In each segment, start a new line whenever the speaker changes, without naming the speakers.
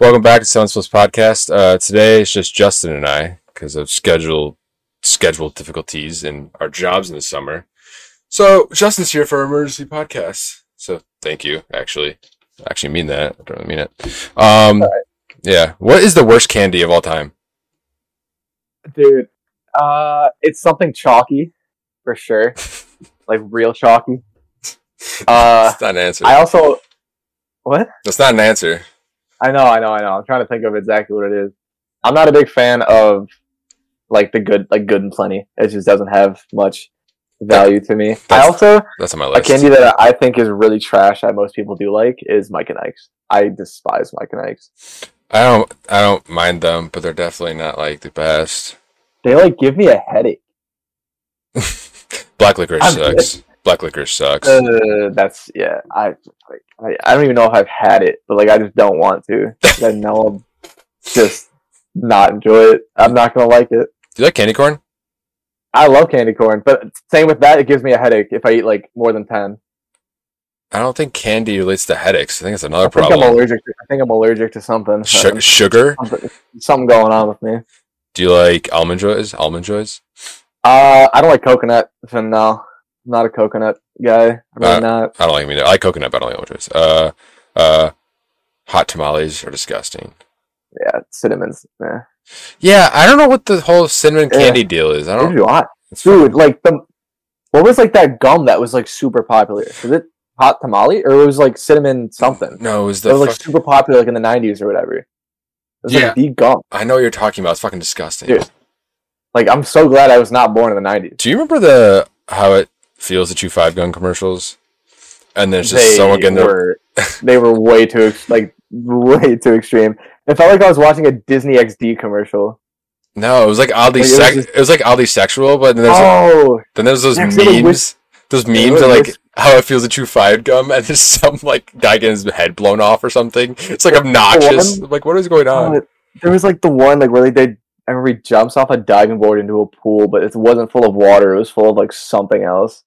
Welcome back to Sounds Plus Podcast. Uh, today it's just Justin and I because of schedule schedule difficulties and our jobs in the summer. So Justin's here for our emergency podcast. So thank you. Actually, I actually mean that. I don't really mean it. Um, Yeah. What is the worst candy of all time?
dude. Uh, it's something chalky, for sure. like real chalky. Uh,
That's not an answer.
I also what?
That's not an answer.
I know, I know, I know. I'm trying to think of exactly what it is. I'm not a big fan of like the good, like good and plenty. It just doesn't have much value to me. I
That's-
also
That's on my
a
list.
candy that I think is really trash that most people do like is Mike and Ike's. I despise Mike and Ike's.
I don't. I don't mind them, but they're definitely not like the best.
They like give me a headache.
Black licorice
I'm good.
sucks. Black licorice sucks.
Uh, that's yeah. I, like, I I don't even know if I've had it, but like I just don't want to. 'Cause I know I'm just not enjoy it. I'm not gonna like it.
Do you like candy corn?
I love candy corn, but same with that, it gives me a headache if I eat like more than ten.
I don't think candy relates to headaches. I think it's another
I think I'm
problem.
allergic. To, I think I'm allergic to something.
Su- sugar?
something. Something going on with me.
Do you like almond joys? Almond joys?
Uh, I don't like coconut. So no, I'm not a coconut guy. I'm really
Uh,
not.
I don't like them either. I like coconut, but I don't like almond joys. Uh, uh, hot tamales are disgusting.
Yeah, cinnamon's. Nah.
Yeah, I don't know what the whole cinnamon
Yeah.
candy deal is. I
Neither
don't.
do I.
It's
dude like the what was like that gum that was like super popular was it hot tamale or it was like cinnamon something
No, it was
it
the.
was like
fuck-
super popular like in the 90s or whatever it was
Yeah.
like the gum
I know what you're talking about. It's fucking disgusting.
Dude. like i'm so glad i was not born in the 90s
Do you remember the how it feels to chew five gun commercials? And then it's just someone getting their
were, they were way too ex- like way too extreme it felt like i was watching a disney xd commercial
no. It was like oddly
Like, it was
sex.
just-
It was like oddly sexual, but then there's
oh
Then there's those
Yeah, 'cause
memes.
they would
those
they
memes
would
are like
whis-
how it feels to chew fired gum, and there's some like guy getting his head blown off or something. It's like obnoxious. I'm like what is going
Oh,
on?
it- there was like the one like where like, they I remember he jumps off a diving board into a pool, but it wasn't full of water. It was full of like something else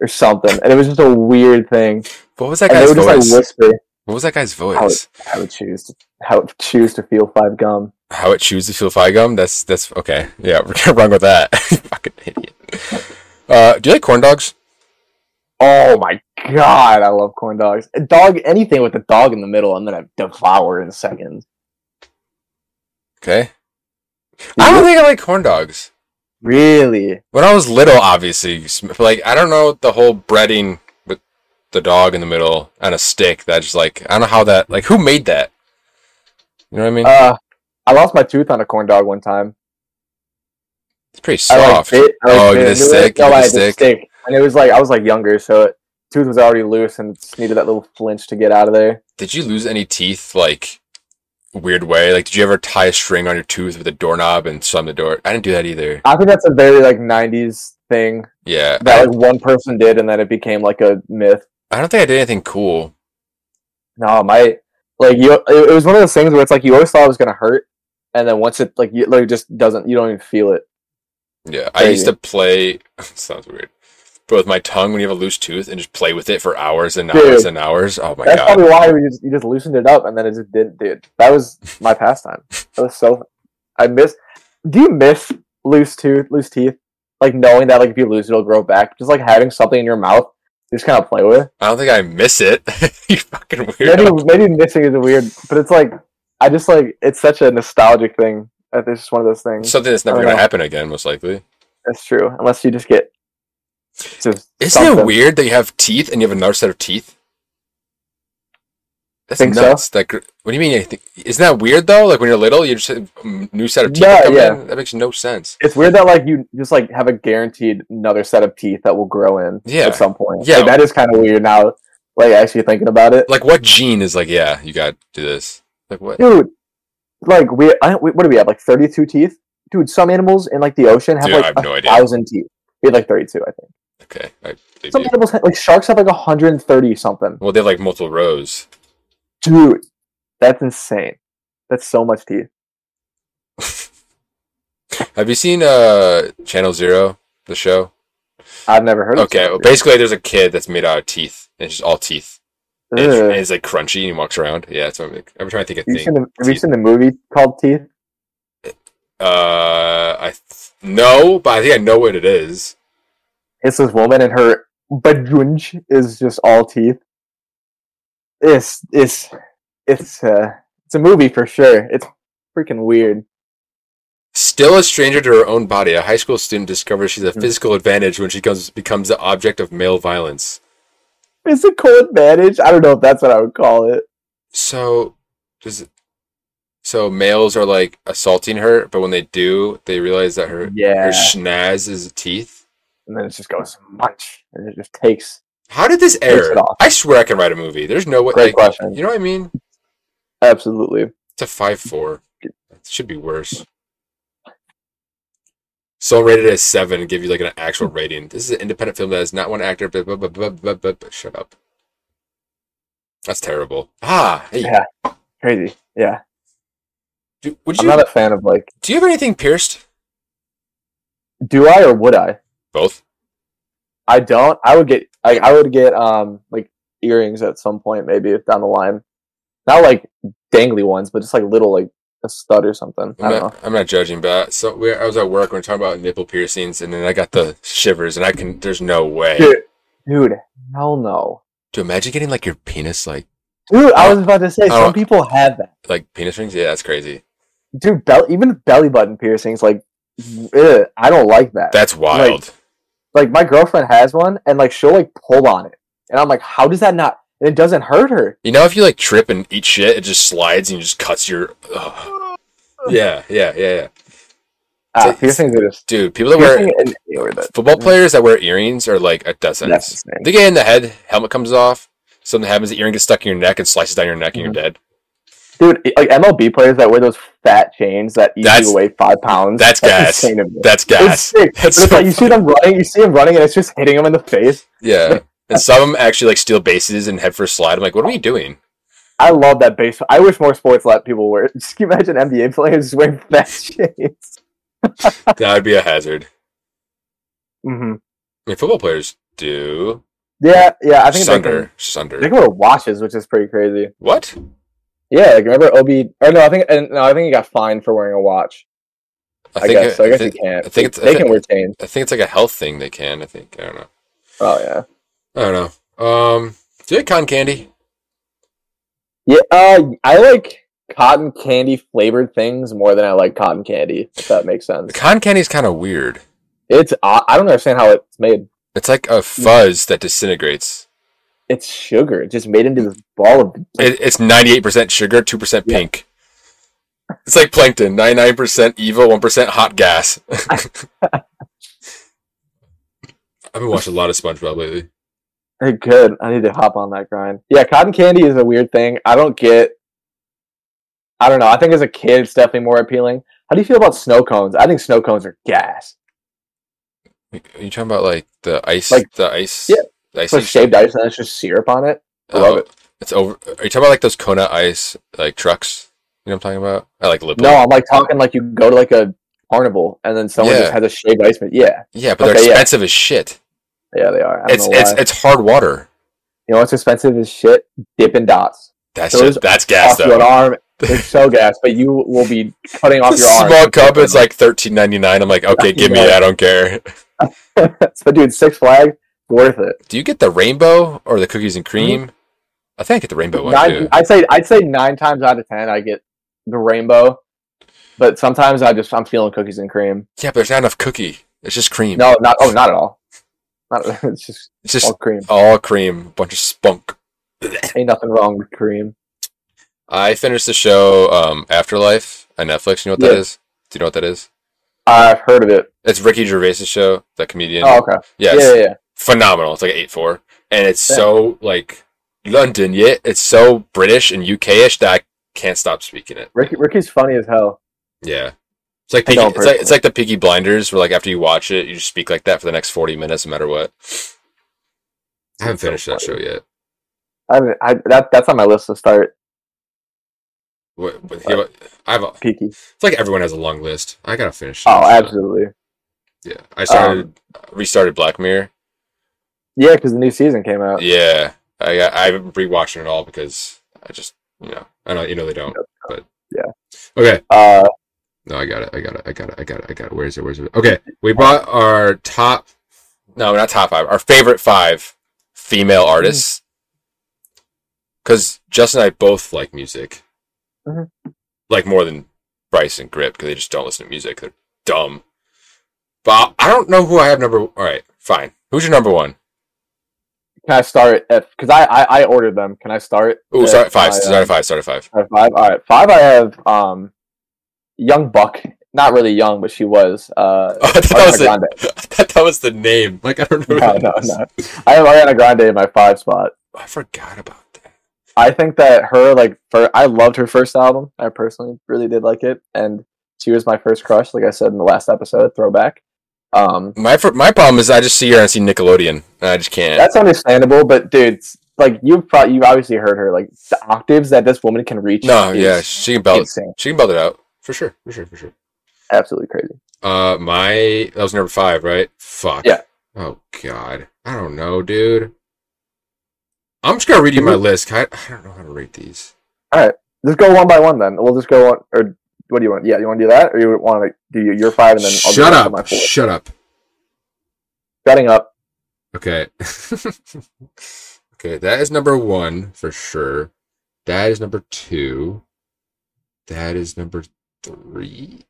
or something, and it was just a weird thing.
What was that
And they
guy's
would just like
voice?
whisper,
what was that guy's
How
voice?
it, "How would choose to, how it choose to feel five gum."
How it chews to feel fired gum? That's that's okay. Yeah, we're wrong with that. Fucking idiot. Uh, do you like corn dogs?
Oh my god, I love corn dogs. A Dog anything with a dog in the middle, I'm gonna devour in seconds.
Okay. I don't think I like corn dogs.
Really?
When I was little, obviously, sm- like I don't know the whole breading with the dog in the middle and a stick. That's just like I don't know how that like who made that. You know what I mean?
Uh, I lost my tooth on a corn dog one time.
it's pretty
I
soft.
like bit. I, like,
Oh, you
bit
did
into it.
stick, you
No,
did
I did
stick.
stick. And it was like I was like younger, so it, tooth was already loose, and just needed that little flinch to get out of there.
Did you lose any teeth like weird way? Like did you ever tie a string on your tooth with a doorknob and slam the door? I didn't do that either.
I think that's a very like '90s thing
Yeah, I,
that like one person did, and then it became like a myth.
I don't think I did anything cool.
No, my like you. It, it was one of those things where it's like you always thought it was gonna hurt, and then once it like you like just doesn't. You don't even feel it.
Yeah, I used to play. sounds weird. But with my tongue, when you have a loose tooth, and just play with it for hours and
Dude.
hours and hours. Oh my
that's
god!
probably why we just you just loosened it up, and then it just didn't. Dude, that was my pastime. That was so. I miss. Do you miss loose tooth, loose teeth? Like knowing that, like if you lose, it, it'll grow back. Just like having something in your mouth, to just kind of play with.
I don't think I miss it. you fucking weirdo.
Maybe maybe missing is weird, but it's like I just like it's such a nostalgic thing. I think It's just one of those things.
Something that's never
I don't
going to
know.
happen again, most likely.
That's true, unless you just get. Just
Isn't it
something.
weird that you have teeth and you have another set of teeth? That's
Think so?
nuts. That gr- what do you mean? you think- Isn't that weird though? Like when you're little, you just have a new set of teeth
Yeah,
that come
yeah.
in. That makes no sense.
It's weird that like you just like have a guaranteed another set of teeth that will grow in
Yeah.
at some point.
Yeah.
like, that is kind of weird now. Like actually thinking about it,
Like what gene is like? Yeah, you got to do this. Like what?
dude. Like we, I, we, what do we have? Like thirty-two teeth, dude. Some animals in like the ocean have
Dude, I
like
have
a
no idea.
thousand teeth. We had like thirty-two, I think.
Okay. I believe
Some
you.
animals have, like sharks have like hundred and thirty something.
Well, they have like multiple rows.
dude that's insane that's so much teeth
Have you seen uh Channel Zero, the show?
i've never heard of
Okay.
it
Well, basically, there's a kid that's made out of teeth. And it's just all teeth. And it's, and it's, like crunchy and he walks around. Yeah, that's what I'm, like, every time I think of
Have you,
thing.
seen the, have you
Teeth.
seen the movie called Teeth?
Uh, I th- no, but I think I know what it is.
It's this woman and her badunj is just all teeth. It's it's it's uh it's a movie for sure. It's freaking weird.
Still a stranger to her own body, a high school student discovers she's a
Hmm.
physical advantage when she comes, becomes the object of male violence.
Physical advantage? I don't know if that's what I would call it.
So does it, so males are like assaulting her, but when they do, they realize that her
Yeah.
her schnaz is teeth.
And then it just goes munch and it just takes
How did this
Takes
air?
it off.
I swear I can write a movie. There's no way.
great
like,
question.
you know what I mean?
Absolutely.
It's a five four. It should be worse. So I'll rate it as seven and give you like an actual
Hmm.
rating. This is an independent film that has not one actor. But, but, but, but, but, but, but shut up. That's terrible. Ah, hey,
Yeah. Crazy. Yeah.
do, would
I'm
you?
not a fan of like
do you have anything pierced?
do I or would I?
Both.
I don't. I would get like I would get um like earrings at some point maybe if down the line. Not like dangly ones, but just like little like a stud or something. I
I'm
don't
not,
know.
I'm not judging, but so we, I was at work. We are talking about nipple piercings, and then I got the shivers, and I can. There's no way.
Dude. Dude, hell no.
To imagine getting like your penis, like
Dude, I was about to say
I don't-
some people have that.
like penis rings. Yeah, that's crazy.
Dude, bell- even belly button piercings, like ugh, I don't like that.
That's wild.
Like my girlfriend has one, and like she'll like pull on it, and I'm like, how does that not? And it doesn't hurt her.
You know, if you like trip and eat shit, it just slides and just cuts your. Ugh. Yeah, yeah, yeah, yeah.
Ah,
It's-
piercings are just
Dude, people that
piercing
wear
and anywhere that
football players that wear earrings are like a dozen.
that's the thing.
They get in the head, helmet comes off, something happens, the earring gets stuck in your neck and slices down your neck, and
Mm-hmm.
you're dead.
Dude, i- like MLB players that weigh those fat chains that easily
That's-
weigh five pounds.
that's gas.
insane to me.
That's
It's
gas.
sick.
That's
but it's
so
like you see them running, you see them running, and it's just hitting them in the face.
Yeah, and some of them actually like steal bases and head for a slide. I'm like, what are we doing?
I love that baseball. I wish more sports let people wear. Just can you imagine NBA players just wearing fat chains.
That would be a hazard. Mm-hmm.
hmm
I mean, football players do.
Yeah, yeah. I think they can,
Sunder, Sunder.
they can wear watches, which is pretty crazy.
What?
Yeah, like remember Obi? Or no, I think and, no, I think he got fined for wearing a watch.
I,
I,
think.
guess. so I guess
think,
he can't.
I think it's- I
they
think-
can wear chains.
I think it's like a health thing. They can. I think. I don't know.
Oh yeah.
I don't know. Um, do you like cotton candy?
Yeah, uh, I like cotton candy flavored things more than I like cotton candy. If that makes sense.
Cotton candy is kind of weird.
It's I I don't understand how it's made.
It's like a fuzz that disintegrates.
It's sugar. It's just made into this ball of.
It, it's ninety eight percent sugar, two percent
Yeah.
pink. It's like plankton, ninety nine percent evil, one percent hot gas. I've been watching a lot of SpongeBob lately.
Hey, good. I need to hop on that grind. Yeah, cotton candy is a weird thing. I don't get. I don't know. I think as a kid, it's definitely more appealing. How do you feel about snow cones? I think snow cones are gas.
Are you talking about like the ice?
Like-
the ice?
Yeah.
The ice Oh,
It's like shaved ice and it's just syrup on it. I love it.
It's over. Are you talking about like those Kona ice like trucks? You know what I'm talking about? I like Lippo.
No, I'm like talking like you go to like a carnival and then someone
Yeah.
just has a shaved ice. ma- Yeah,
Yeah, but they're
Okay, yeah.
expensive as shit.
yeah, they are. I don't
It's
know why.
it's it's hard water.
you know what's expensive as shit? Dippin' Dots.
That's
Those
just, that's gas
off your
though.
arm. It's so gas, but you will be cutting off your arm.
Small cup, it's like thirteen ninety nine. I'm like, okay, give me
Yeah.
it. I don't care.
but dude, Six Flags, worth it.
Do you get the rainbow or the cookies
Mm-hmm.
and cream? I think I get the rainbow one
Nine,
too.
I'd say I'd say nine times out of ten I get the rainbow, but sometimes I just I'm feeling cookies and cream.
Yeah, but there's not enough cookie. It's just cream.
No, not oh not at all. Not it's just
It's just
all cream.
all cream, bunch of spunk.
Ain't nothing wrong with cream.
I finished the show um, Afterlife on Netflix. You know what that
Yeah.
is? Do you know what that is?
I've heard of it.
It's Ricky Gervais' show, the comedian.
Oh okay.
yes.
Yeah, yeah, yeah.
phenomenal. It's like eight four, and it's
Yeah.
so like London, yeah. It's so British and UK-ish that I can't stop speaking it.
Ricky Ricky's funny as hell.
Yeah, it's like
I
Peaky, it's
don't
like it's
personally.
like the Peaky Blinders, where like after you watch it, you just speak like that for the next forty minutes, no matter what. I haven't
So
finished that show
funny.
yet.
I, haven't- I that that's on my list to start.
What, what, yeah, what- I have. A, it's
Peaky.
like everyone has a long list. I gotta finish.
Oh, um,
this.
absolutely.
Yeah, I started restarted Black Mirror.
Yeah, because the new season came out.
Yeah, I I haven't rewatching it all because I just you know I know you know they don't, but
Yeah.
Okay,
Uh,
no, I got it. I got it. I got it. I got it. I got it. Where is it? Where is it? Okay, we brought our top. No, not top five. Our favorite five female
Mm-hmm.
artists. Because Justin and I both like music,
Mhm.
like more than Bryce and Grip because they just don't listen to music. They're dumb. But I don't know who I have number. All right, fine. Who's your number one?
can I start at? Because I, I I ordered them. Can I start?
Oh,
at
sorry, five.
my,
Sorry,
um,
five. Sorry, five.
All right, five. All right, five. I have um, Young Buck. Not really young, but she was. Uh,
Oh, I, thought that was
Ariana
the,
Grande.
I thought that was the name. Like I don't know. who
No,
that
no,
was.
no. I have Ariana Grande in my five spot.
I forgot about that.
I think that her like fir- I loved her first album. I personally really did like it, and she was my first crush. Like I said in the last episode, throwback. Um,
My fir- my problem is I just see her and I see Nickelodeon and I just can't.
that's understandable, but dude, it's- like you've probably you've obviously heard her. Like the octaves that this woman can reach.
no,
is
yeah, she can belt.
insane,
She can belt it out for sure, for sure, for sure.
absolutely crazy.
Uh, my that was number five, right? Fuck.
Yeah.
Oh God, I don't know, dude. I'm just gonna read you my
Mm-hmm.
list. I, I don't know how to rate these.
Just go one by one, then we'll just go on. Or what do you want? Yeah, you want to do that, or you want to do your- your five and then I'll
Shut
do my- my
up!
four.
Shut up!
Shutting up.
Okay. okay, that is number one for sure. That is number two. That is number three.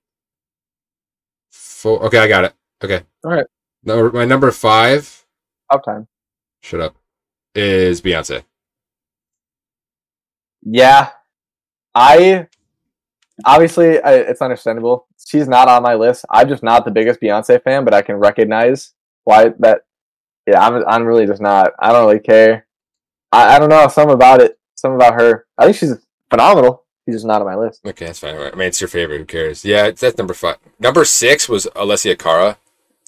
Four. Okay, I got it. Okay.
All right.
Number, my number five,
Up time.
shut up, is Beyonce.
Yeah, I obviously I, it's understandable. She's not on my list. I'm just not the biggest Beyonce fan, but I can recognize why that. Yeah, I'm. I'm really just not. I don't really care. I, I don't know. Something about it. Something about her. I think she's phenomenal. She's just not on my list.
Okay, that's fine. All right. I mean, it's your favorite. Who cares? Yeah, it's- that's number five. Number six was Alessia Cara.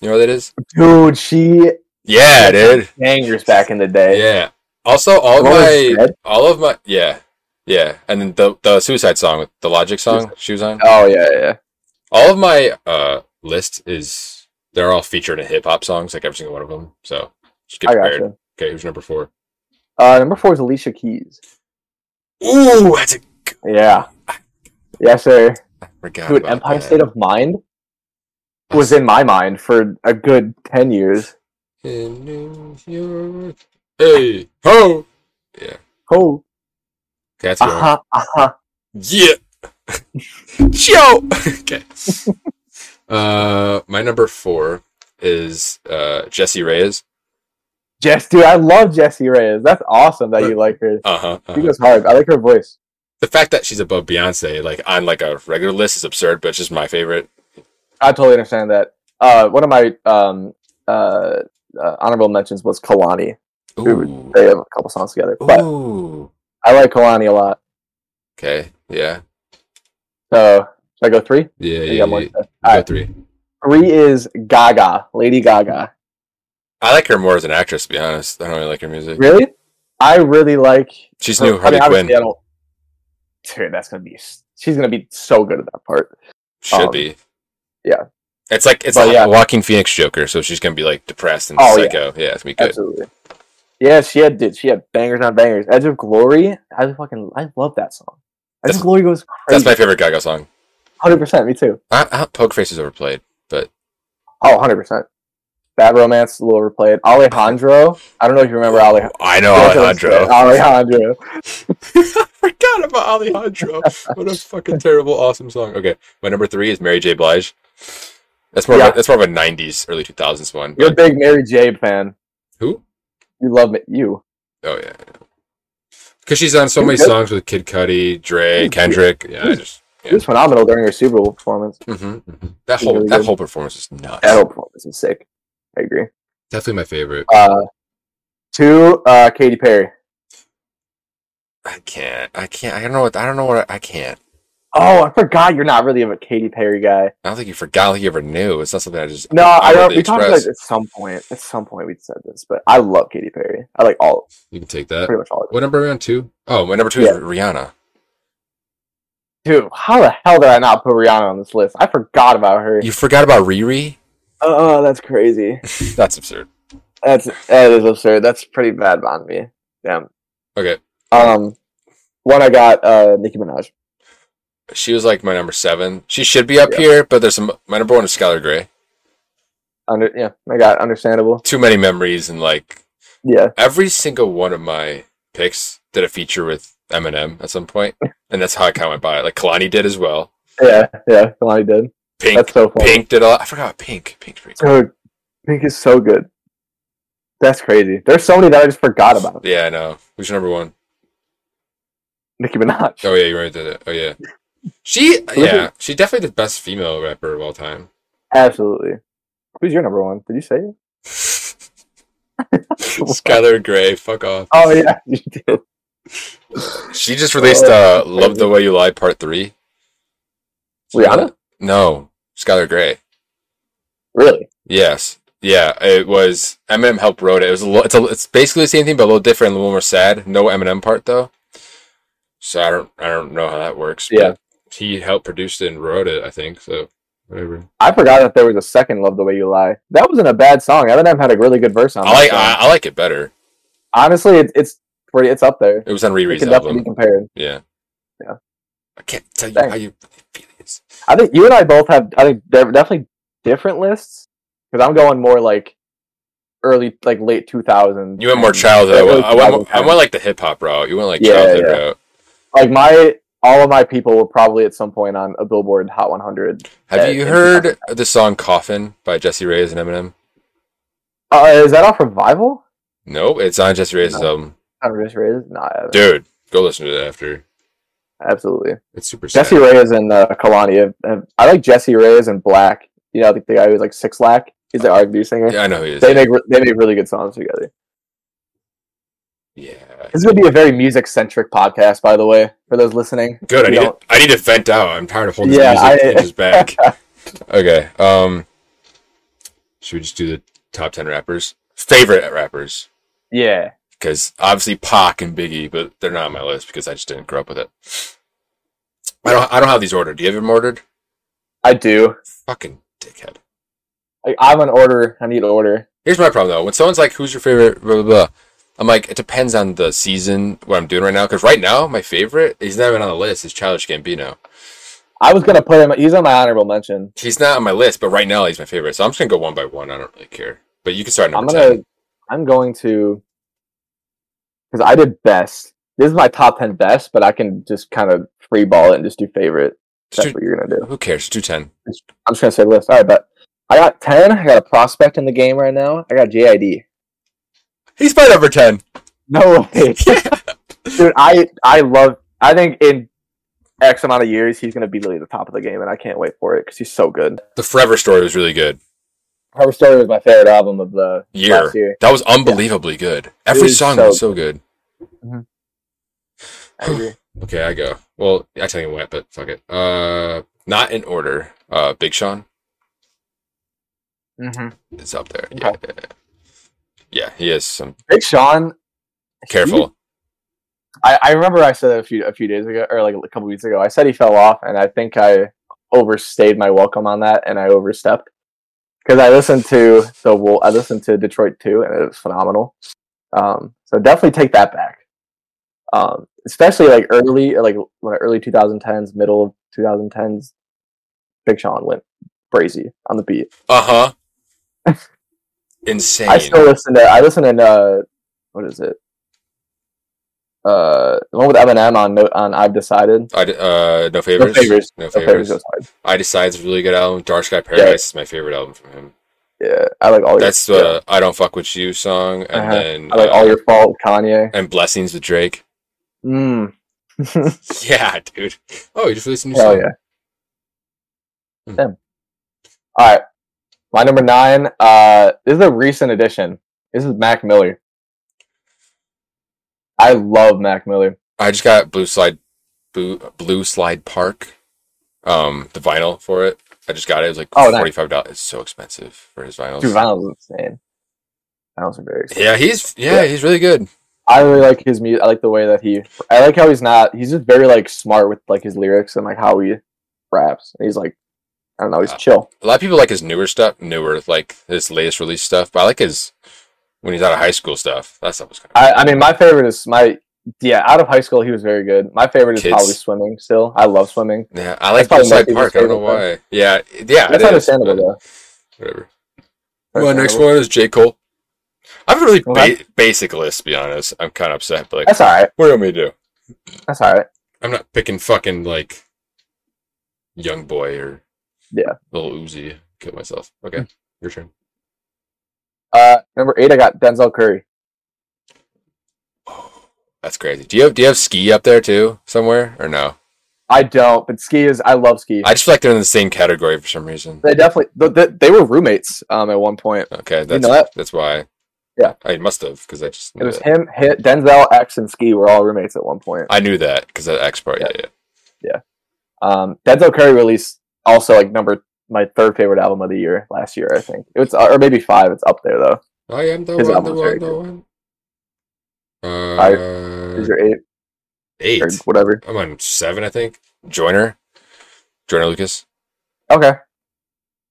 You know what that is?
Dude, she
Yeah, dude.
bangers back in the day.
Yeah. Also, all of
Rolling
my,
Red?
all of my, yeah, yeah, and then the the Suicide song, the Logic song, she was on.
Oh yeah, yeah.
All of my uh list is they're all featured in hip hop songs, like every single one of them. So just get
I
prepared.
gotcha.
Okay, who's number four?
Uh, number four is Alicia Keys.
Ooh, that's a g-
Yeah. Yes, sir.
I forgot.
Dude,
about
Empire
that.
State of Mind was in my mind for a good 10 years.
In New York. Hey ho! Yeah, okay,
Oh, uh-huh,
that's a good. one.
aha, aha.
Yeah. Joe. okay. uh, my number four is uh Jesse Reyes.
Jess, dude, I love Jessie Reyes. That's awesome that you like her.
Uh huh.
She goes hard. I like her voice.
The fact that she's above Beyonce, like on like a regular list, is absurd, but it's just my favorite.
I totally understand that. Uh, one of my um, uh, uh, honorable mentions was Kalani.
Ooh.
They have a couple songs together, but
Ooh.
I like Kalani a lot.
Okay. Yeah.
So, should I go three?
Yeah. Yeah.
I got
yeah.
more
Go
stuff. All right.
three.
Three is Gaga, Lady Gaga.
I like her more as an actress, to be honest. I don't really like her music.
Really? I really like.
She's
her-
new Harley
I mean,
Quinn.
obviously I don't. Dude, that's gonna be. She's gonna be so good at that part.
Should
um,
be.
yeah.
It's like it's
But
like
yeah.
a walking Phoenix Joker, so she's gonna be like depressed and
Oh, yeah.
psycho. Yeah. it's gonna be good.
Absolutely. Yeah, she had did. She had bangers on bangers. Edge of Glory. I fucking I love that song. Edge
That's-
of Glory goes
That's
crazy.
my favorite Gaga song.
Hundred percent. Me too.
I, I, Poker Face is overplayed, but
Oh, 100 percent. Bad Romance, a little overplayed. Alejandro. I don't know if you remember Alejandro.
I know Oh, Alejandro.
Alejandro.
I forgot about Alejandro. What a fucking terrible, awesome song. Okay, my number three is Mary J. Blige. That's more.
Yeah.
Of a, that's more of a '90s, early 2000s one.
You're a big Mary J. fan.
Who?
You love it. You.
Oh yeah. Because she's on so many songs with Kid Cudi, Dre, Kendrick. Yeah, I just
She was phenomenal during her Super Bowl performance.
mhm, mhm. that whole that whole performance is nuts.
That whole performance is sick. I agree.
Definitely my favorite.
Uh, two, uh, Katy Perry.
I can't. I can't. I don't know what. I don't know what. I, I can't.
Oh, I forgot you're not really of a Katy Perry guy.
I don't think you forgot. I don't think you ever knew. It's not something I just.
No, I don't.
outwardly
We talked about
express.
it at some point. At some point, we said this, but I love Katy Perry. I like all,
You can take that.
pretty much all of it.
What number are we on two? Oh, my number two
Yeah.
is Rihanna.
Dude, how the hell did I not put Rihanna on this list? I forgot about her.
You forgot about Riri?
Oh, that's crazy.
That's absurd.
That's that is absurd. That's pretty bad on me. Damn.
Okay.
Um, one I got uh Nicki Minaj.
She was like my number seven. She should be up
Yeah.
here, but there's some. My number one is Skylar Gray.
Under yeah, I got understandable.
Too many memories, and like
Yeah,
every single one of my picks did a feature with Eminem at some point, and that's how I kind of went by it. Like Kalani did as well.
yeah, yeah. Kalani did.
Pink,
That's so funny.
Pink did a lot. I forgot Pink. Pink. Pink.
Dude, Pink is so good. That's crazy. There's so many that I just forgot about.
Yeah, I know. Who's your number one?
Nicki Minaj.
Oh yeah, you already did it. Oh yeah, she
at-
yeah, she definitely the best female rapper of all time.
Absolutely. Who's your number one? Did you say? it?
Skylar Grey, fuck off.
Oh yeah, you did.
She
Oh,
just released uh, "Love the Way You Lie" Part Three.
Rihanna?
No, Skylar Grey.
Really?
Yes, yeah, it was Eminem helped wrote it. It was a little, it's a, it's basically the same thing, but a little different, a little more sad. No Eminem part though. So I don't I don't know how that works. but
Yeah.
he helped produce it and wrote it. I think so. Whatever.
I forgot that there was a second "Love the Way You Lie." That wasn't a bad song. Eminem had a really good verse on.
I
that
like
song.
I, I like it better.
Honestly, it's it's pretty. It's up there.
It was on
It
Riri's
can
album.
definitely be compared.
Yeah.
Yeah.
I can't tell you
Thanks.
how you feel is.
I think you and I both have. I think they're definitely different lists because I'm going more like early, like late 2000s.
You went more
and-
childhood. I
Yeah,
went,
it
I
was
went, I
childhood.
went like the hip hop route. You went like
Yeah,
childhood
yeah.
route.
like my all of my people were probably at some point on a Billboard Hot 100.
Have
Yeah,
you
it's
heard the song Coffin by Jesse Reyes and Eminem?
Uh, is that off Revival?
Nope, it's on Jesse Reyes'
No.
album.
On Jesse Reyes? Nah,
Dude, go listen to it after.
absolutely.
It's super sad.
Jesse Reyes and uh, Kalani. Have, have, I like Jesse Reyes and Black. You know, the, the guy who's like Six Lack. He's the R&B singer.
Yeah, I know who he is.
They make re- they make really good songs together.
yeah.
This is gonna be a very music centric podcast, by the way, for those listening.
Good. I
You
need, to,
don't-
I need to vent out. I'm tired of holding
Yeah,
yeah, music
I-
in his back. okay. Um, should we just do the top 10 rappers? Favorite rappers?
Yeah,
because obviously Pac and Biggie, but they're not on my list because I just didn't grow up with it. I don't. I don't have these ordered. Do you have them ordered?
I do.
Fucking dickhead.
Like, I'm an order. I need an order.
Here's my problem though. When someone's like, "Who's your favorite?" Blah blah blah. I'm like, it depends on the season what I'm doing right now. Because right now, my favorite he's not even on the list. Is Childish Gambino.
I was gonna put him. He's on my honorable mention.
He's not on my list, but right now he's my favorite. So I'm just gonna go one by one. I don't really care. But you can start at
I'm
number
gonna.
ten.
I'm going to. Because I did best. This is my top ten best, but I can just kind of freeball it and just do favorite.
Just
If That's
do-
what you're gonna do.
who cares? Do ten.
I'm just gonna say list. All right, but I got ten. I got a prospect in the game right now. I got JID.
He's my number ten.
No way, dude. I I love. I think in X amount of years he's gonna be really the top of the game, and I can't wait for it because he's so good.
The Forever Story was really good.
Harbor Story was my favorite album of the
Year.
last year.
That was unbelievably good. Every
is
song
so
was so good.
I agree.
Okay, I go. Well, I tell you what, but fuck it. Uh, not in order. Uh, Big Sean
hmm
is up there. Yeah, yeah, yeah. yeah. He is some
Big Sean.
careful.
I, I remember I said a few a few days ago, or like a couple weeks ago. I said he fell off, and I think I overstayed my welcome on that, and I overstepped because I listened to the Wo- I listened to Detroit too, and it was phenomenal. Um, so definitely take that back, um, especially like early, like when early 2010s, middle of 2010s. Big Sean went crazy on the beat.
Uh huh. Uh-huh. Insane.
I still listen to. I listen in. Uh, what is it? Uh, the one with Eminem on No- on I've Decided.
I d- uh, no favors.
No favors.
No
The favors
favors.
goes hard.
I decides a really good album. Dark Sky Paradise is my favorite album from him.
Oh, Yeah, I like all
That's
your.
the I don't fuck with you song, and
Uh-huh.
then
I like
uh,
all your fault, Kanye.
and blessings with Drake.
Mm.
Yeah, dude. Oh, you just released a new
Hell
song.
yeah.
Hmm.
Damn. All right, my number nine. Uh, this is a recent addition. This is Mac Miller. I love Mac Miller.
I just got Blue Slide Blue, Blue Slide Park. Um, the vinyl for it. I just got it. It was like
Oh, nice.
forty five dollars. It's so expensive for his vinyls.
Dude, vinyls is insane. Vinyls are very. Exciting.
Yeah, he's yeah, he's really good.
I really like his music. I like the way that he. I like how he's not. He's just very like smart with like his lyrics and like how he raps. And he's like, I don't know. He's
Uh,
chill.
A lot of people like his newer stuff, newer like his latest release stuff. But I like his when he's out of high school stuff. That stuff was kind of.
I, I mean, my favorite is my yeah, out of high school, he was very good. My favorite is
Kids.
probably swimming. Still, I love swimming.
Yeah, I like
probably
Hillside
my
Park. I don't know
favorite
why. Yeah, yeah,
That's
it is,
understandable,
but
though.
Whatever.
That's
My next
understandable.
one is J Cole. I have a really
Well,
ba- basic list. To be honest, I'm kind of upset, but like,
That's all right.
what do you want me to do?
That's all right.
I'm not picking fucking like young boy or
Yeah. Mm.
little Uzi. Kill myself. Okay, your turn.
Uh, number eight, I got Denzel Curry.
That's crazy. Do you have do you have ski up there too somewhere or no?
I don't, but ski is. I love ski.
I just feel like they're in the same category for some reason.
they definitely. th th they were roommates. Um, at one point,
Okay, that's
know that?
that's why.
Yeah.
I must have because I just
it
knew
was
that.
him, hit Denzel, X, and Ski were all roommates at one point.
I knew that because that X part. Yeah, yeah.
Um, Denzel Curry released also like number my third favorite album of the year last year. I think it's or maybe five. It's up there though.
I am the
His
one, the
album's
one,
very
the
good.
one.
Alright,
Uh,
Is your eight
eight.
or whatever?
I'm on seven, I think. Joiner, Joiner Lucas.
Okay.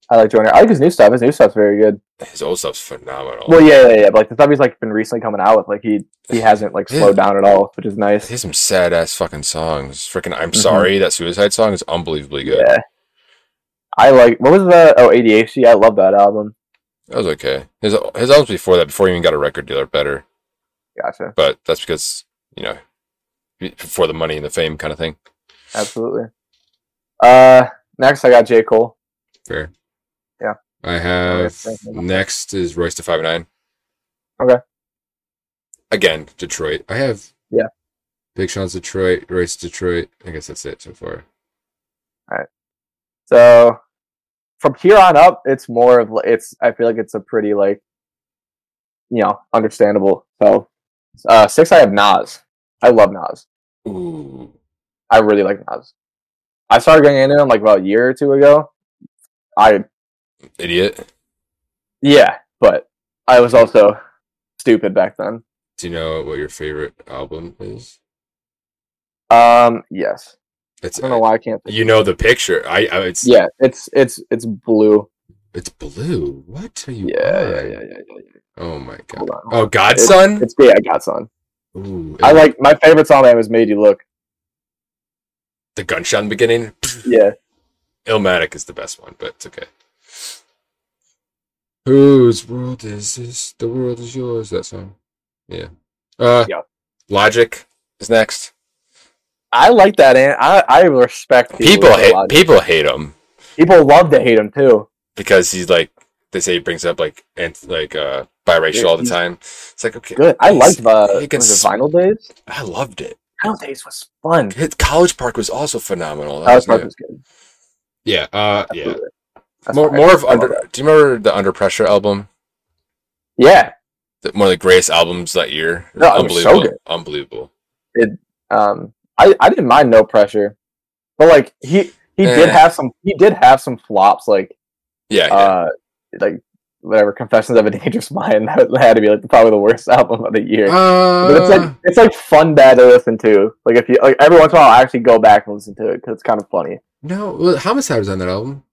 I like Joyner. I like his new stuff. His new stuff's very good.
His old stuff's phenomenal.
Well, yeah, yeah, yeah. But like the stuff he's like been recently coming out with, like he he hasn't like slowed down at all, which is nice.
He has some sad ass fucking songs. Freaking, I'm
Mhm.
sorry. That suicide song is unbelievably good.
Yeah. I like what was the oh ADHD. I love that album.
That was okay. His his albums before that, before he even got a record deal, are better.
Gotcha.
But that's because you know, for the money and the fame kind of thing.
Absolutely. Uh, next I got J Cole.
Fair.
Yeah.
I have
Okay, thank you.
next is Royce to five nine.
Okay.
Again, Detroit. I have
Yeah.
Big Sean's Detroit, Royce Detroit. I guess that's it so far.
So from here on up, it's more of li- it's. I feel like it's a pretty like, you know, understandable. So uh, six, I have Nas. I love Nas.
Ooh.
I really like Nas. I started getting into him like about a year or two ago. I
Idiot.
yeah, but I was also stupid back then.
Do you know what your favorite album is?
Um, yes,
It's
I don't know why I can't. Think.
you know the picture. I, I it's
Yeah, it's it's it's blue.
it's blue. What are you?
Yeah, yeah,
on?
yeah, yeah. yeah.
Oh my god.
Hold on. hold
Oh,
on. It's-
Godson.
It's yeah, Godson.
Ooh,
I like my favorite song. I was made you look.
the gunshot in the beginning.
Yeah.
Illmatic is the best one, but it's okay. Whose world is this? The world is yours. That song. Yeah. Uh,
Yeah.
Logic is next.
I like that, and I, I respect
People
with a
hate
lot.
people hate him
people love to hate him too.
because he's like they say he brings up like and like uh biracial
Yeah,
all the
he's-
time. It's like okay,
Good, I
he's-
liked the,
he can
was it
s-
Vinyl Days.
I loved it.
Vinyl Days was fun.
His College Park was also phenomenal. That
That
was
was,
new.
was good.
Yeah, uh, yeah.
Absolutely. That's
More,
fine.
more of
I love
under.
that.
Do you remember the Under Pressure album?
Yeah,
The, one of the greatest albums that year.
No, it was so
unbelievable.
good.
Unbelievable.
um, I, I didn't mind No Pressure, but like he he
Eh.
did have some he did have some flops like
Yeah, yeah.
uh like whatever Confessions of a Dangerous Mind that had to be like probably the worst album of the year. But
Uh,
it's like it's like fun bad to listen to. Like if you like every once in a while, I actually go back and listen to it because it's kind of funny.
no, well, Homicide was on that album.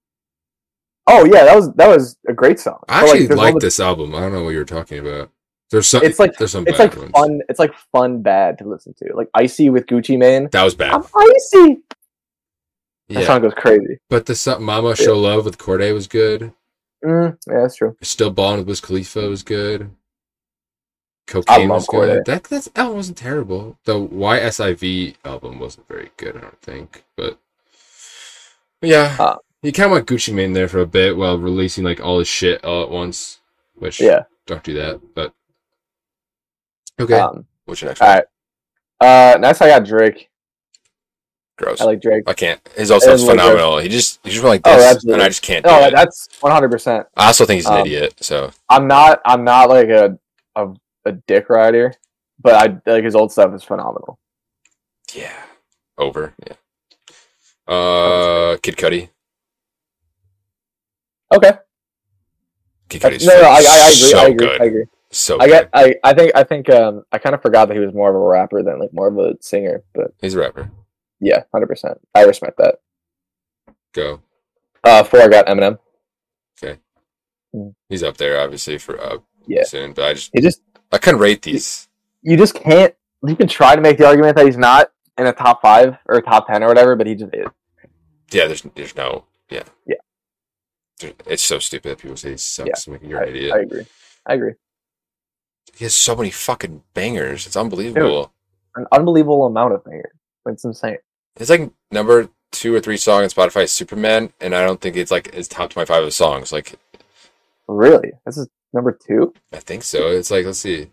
Oh yeah, that was that was a great song.
I
But,
actually
there's
like
all the-
this album. I don't know what you were talking about. There's some.
It's like-
there's some
It's
bad
like
ones.
fun. It's like fun bad to listen to. Like icy with Gucci Mane.
That was bad.
I'm icy. That
yeah,
song goes crazy.
but the song Mama Show Love with Corday was good.
Mm, yeah, that's true.
Still Ballin' with Wiz Khalifa was good. Cocaine
love
was good.
Cordae.
That that album wasn't terrible. The YSIV album wasn't very good, I don't think. But but yeah,
Uh.
he kind of went Gucci Mane there for a bit while releasing like all his shit all at once. Which
Yeah.
don't do that. But okay,
Um,
what's your next?
all
one?
right. Uh, next I got Drake.
Gross.
I like Drake.
I can't. His also is
Everyone does.
phenomenal. He just he just went like
Oh,
this,
absolutely.
and I just can't. do
No,
it.
Oh, that's one hundred percent.
I also think he's an
um,
idiot. So
I'm not. I'm not like a a, a dick rider, but I like his old stuff is phenomenal.
yeah, over. Yeah. Uh, Kid Cudi.
Okay.
Kid
No,
Cudi's
no, I, I, I agree.
so
I agree.
good.
I agree.
So
I
good.
get. I, I think. I think. Um, I kind of forgot that he was more of a rapper than like more of a singer. But
He's a rapper.
yeah, hundred percent. I respect that.
Go.
Uh, four. I got Eminem.
He's up there, obviously, for up
Yeah.
soon. But I just
He just.
I couldn't rate these.
You just can't you can try to make the argument that he's not in a top five or a top ten or whatever, but he just is.
Yeah, there's there's no yeah
Yeah.
Dude, It's so stupid that people say he sucks. I'm like, You're
I,
an idiot.
I agree. I agree.
he has so many fucking bangers. It's unbelievable.
An unbelievable amount of anger. It's insane.
It's like number two or three song on Spotify is Superman, and I don't think it's like it's top twenty five of songs. Like
Really, this is number two.
I think so. It's like let's see,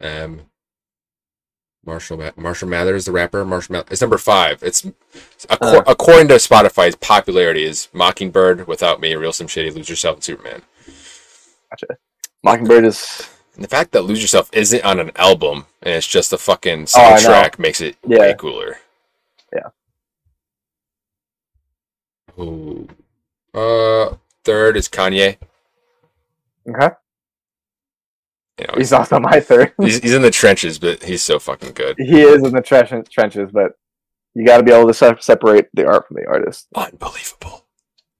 um, Marshall Ma- Marshall Mathers, the rapper. Marshall Mathers. It's number five. It's acor-
Uh.
according to Spotify's popularity is Mockingbird, Without Me, Real Some Shady, Lose Yourself, and Superman.
Mockingbird is
And the fact that Lose Yourself isn't on an album and it's just a fucking
Oh, I know.
soundtrack track makes it way
Yeah.
cooler.
Yeah.
Ooh. Uh, third is Kanye.
okay.
You know,
He's also my third.
he's, he's in the trenches, but he's so fucking good.
he is in the trench- trenches, but you got to be able to se- separate the art from the artist.
Unbelievable.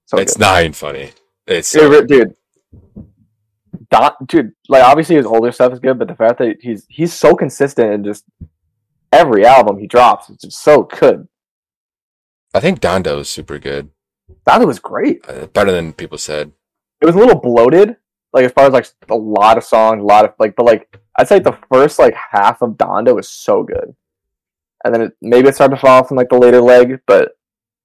So
it's not even funny. It's
good. Dude, dude. Dot, dude, like obviously his older stuff is good, but the fact that he's he's so consistent and just every album he drops is just so good.
I think Dondo is super good.
That was great.
Uh, better than people said.
It was a little bloated, like as far as like a lot of songs, a lot of like, but like I'd say the first like half of Donda was so good, and then it, maybe it started to fall off in like the later leg, but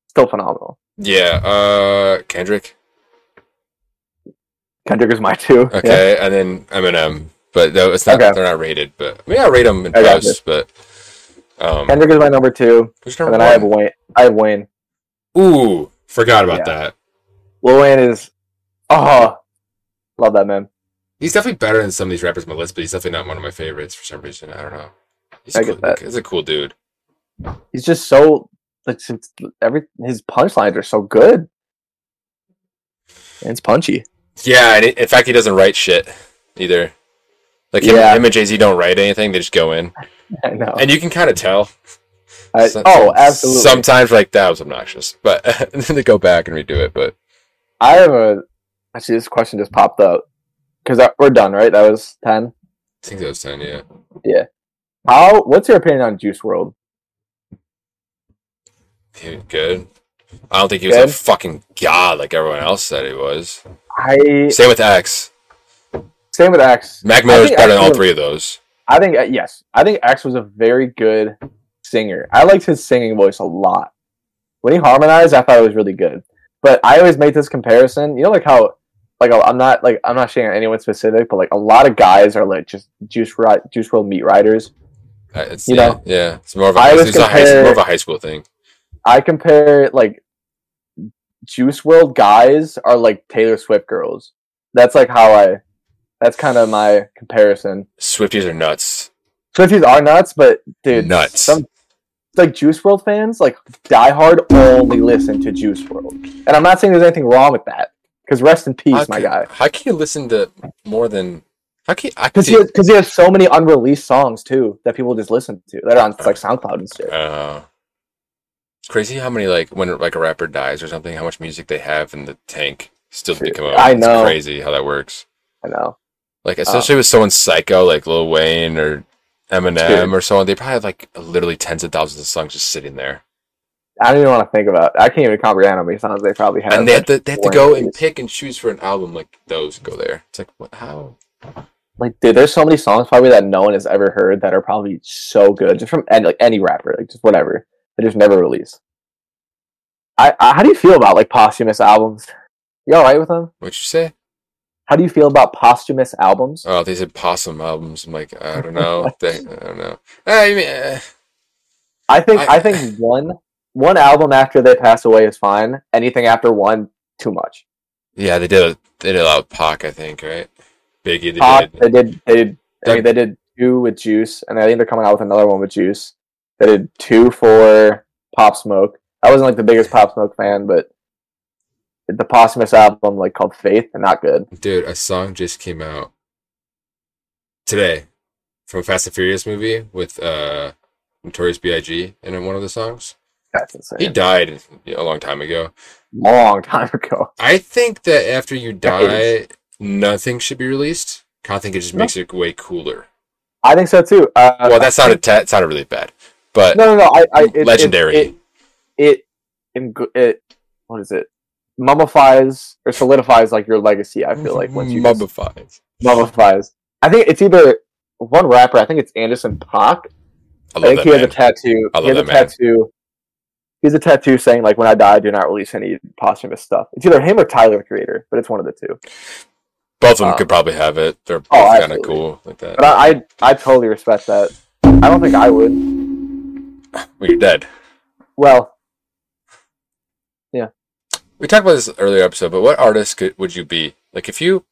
still phenomenal.
Yeah. Uh, Kendrick.
Kendrick is my two. yeah.
Okay, and then Eminem. But though it's not
Okay.
they're not rated. But I mean, I rate them in
I got
post. But um,
Kendrick is my number two,
who's
and
number
then I have
one?
Wayne. I have Wayne.
Ooh, forgot about
Yeah.
that.
Lil Wayne is, oh, love that man.
He's definitely better than some of these rappers on my list, but he's definitely not one of my favorites for some reason. I don't know. He's,
I
a
get
cool,
that.
he's a cool dude.
He's just so like since every his punchlines are so good. And it's punchy.
Yeah, and i- in fact, he doesn't write shit either. Like him,
Yeah.
him and Jay Z don't write anything; they just go in,
I know.
and you can kind of tell.
I-
Some-
oh, absolutely.
Sometimes, like that was obnoxious, but and then they go back and redo it. But
I have a actually this question just popped up because we're done, right? That was ten.
I think that was ten. Yeah,
How? What's your opinion on Juice World?
He was good. I don't think he was a
Good?
fucking god like everyone else said he was.
I
Same with X.
same with X.
Mac Miller's
think
better than
X
all
was-
three of those.
I think uh, yes, I think X was a very good singer. I liked his singing voice a lot. When he harmonized, I thought it was really good. But I always make this comparison. You know, like how, like I'm not like I'm not sharing anyone specific, but like a lot of guys are like just Juice Ri- Juice World meat riders.
Uh, It's,
You
yeah,
know?
yeah. It's more of a,
I
high,
always
it's a high, it's
compare-
more of a high school thing.
I compare like Juice World guys are like Taylor Swift girls. That's like how I. That's kind of my comparison.
Swifties are nuts.
Swifties are nuts, but dude,
Nuts.
Some like Juice World fans, like diehard, only listen to Juice World, and I'm not saying there's anything wrong with that. Because rest in peace,
How
my
can-
guy.
How can you listen to more than? How can I can?
Because he because he has so many unreleased songs too that people just listen to that are on like SoundCloud and shit.
Uh, it's crazy how many like when like a rapper dies or something, how much music they have in the tank still to
Dude,
come out.
I
It's
know. Uh,
crazy how that works.
I know.
Like especially with someone psycho like Lil Wayne or Eminem
Dude.
or someone, they probably have like literally tens of thousands of songs just sitting there.
I don't even want to think about. I can't even comprehend how many songs they probably have.
and they have to they have to
Warren
go and
Hayes.
pick and choose for an album like those go there. It's like what how
Like, dude, there's so many songs probably that no one has ever heard that are probably so good, just from any, like any rapper, like just whatever. They just never release. I, I how do you feel about like posthumous albums? You all right with them?
what'd you say?
How do you feel about posthumous albums?
Oh, they said possum albums. I'm like I don't know. they, I don't know. I mean, eh.
I think
I-
I, think one one album after they pass away is fine. Anything after one, too much.
yeah, they did a, they did a lot with Pac, I think, right? Biggie, they
Pop,
did.
they did they did I
Doug-
mean, they did two with Juice, and I think they're coming out with another one with Juice. They did two for Pop Smoke. I wasn't like the biggest Pop Smoke fan, but the posthumous album like called Faith and not good.
Dude, a song just came out today from a Fast and Furious movie with uh Notorious B.I.G. in one of the songs.
That's
He
insane.
died a long time ago.
Long time ago.
I think that after you die,
Decades.
nothing should be released. I think it just
No.
makes it way cooler.
I think so too. Uh,
well, that sounded ta- sounded really bad, but
no, no, no. I, I it- it-
legendary.
It it, it, it what is it? Mummifies or solidifies like your legacy. I feel like once you just-
mummifies.
mummifies. I think it's either one rapper. I think it's Anderson Paak.
I
I,
love
think
that
he has
man.
a tattoo.
I love
He has a
that man.
tattoo. He has a tattoo saying like, "When I die, do not release any posthumous stuff." It's either him or Tyler the Creator, but it's one of the two.
both of them
uh,
could probably have it. They're both
Oh,
kind of
absolutely.
cool like that.
But I, I, I totally respect that. I don't think I would.
Well, you're dead.
Well,
We talked about this earlier episode, but what artist could, would you be? Like, if you,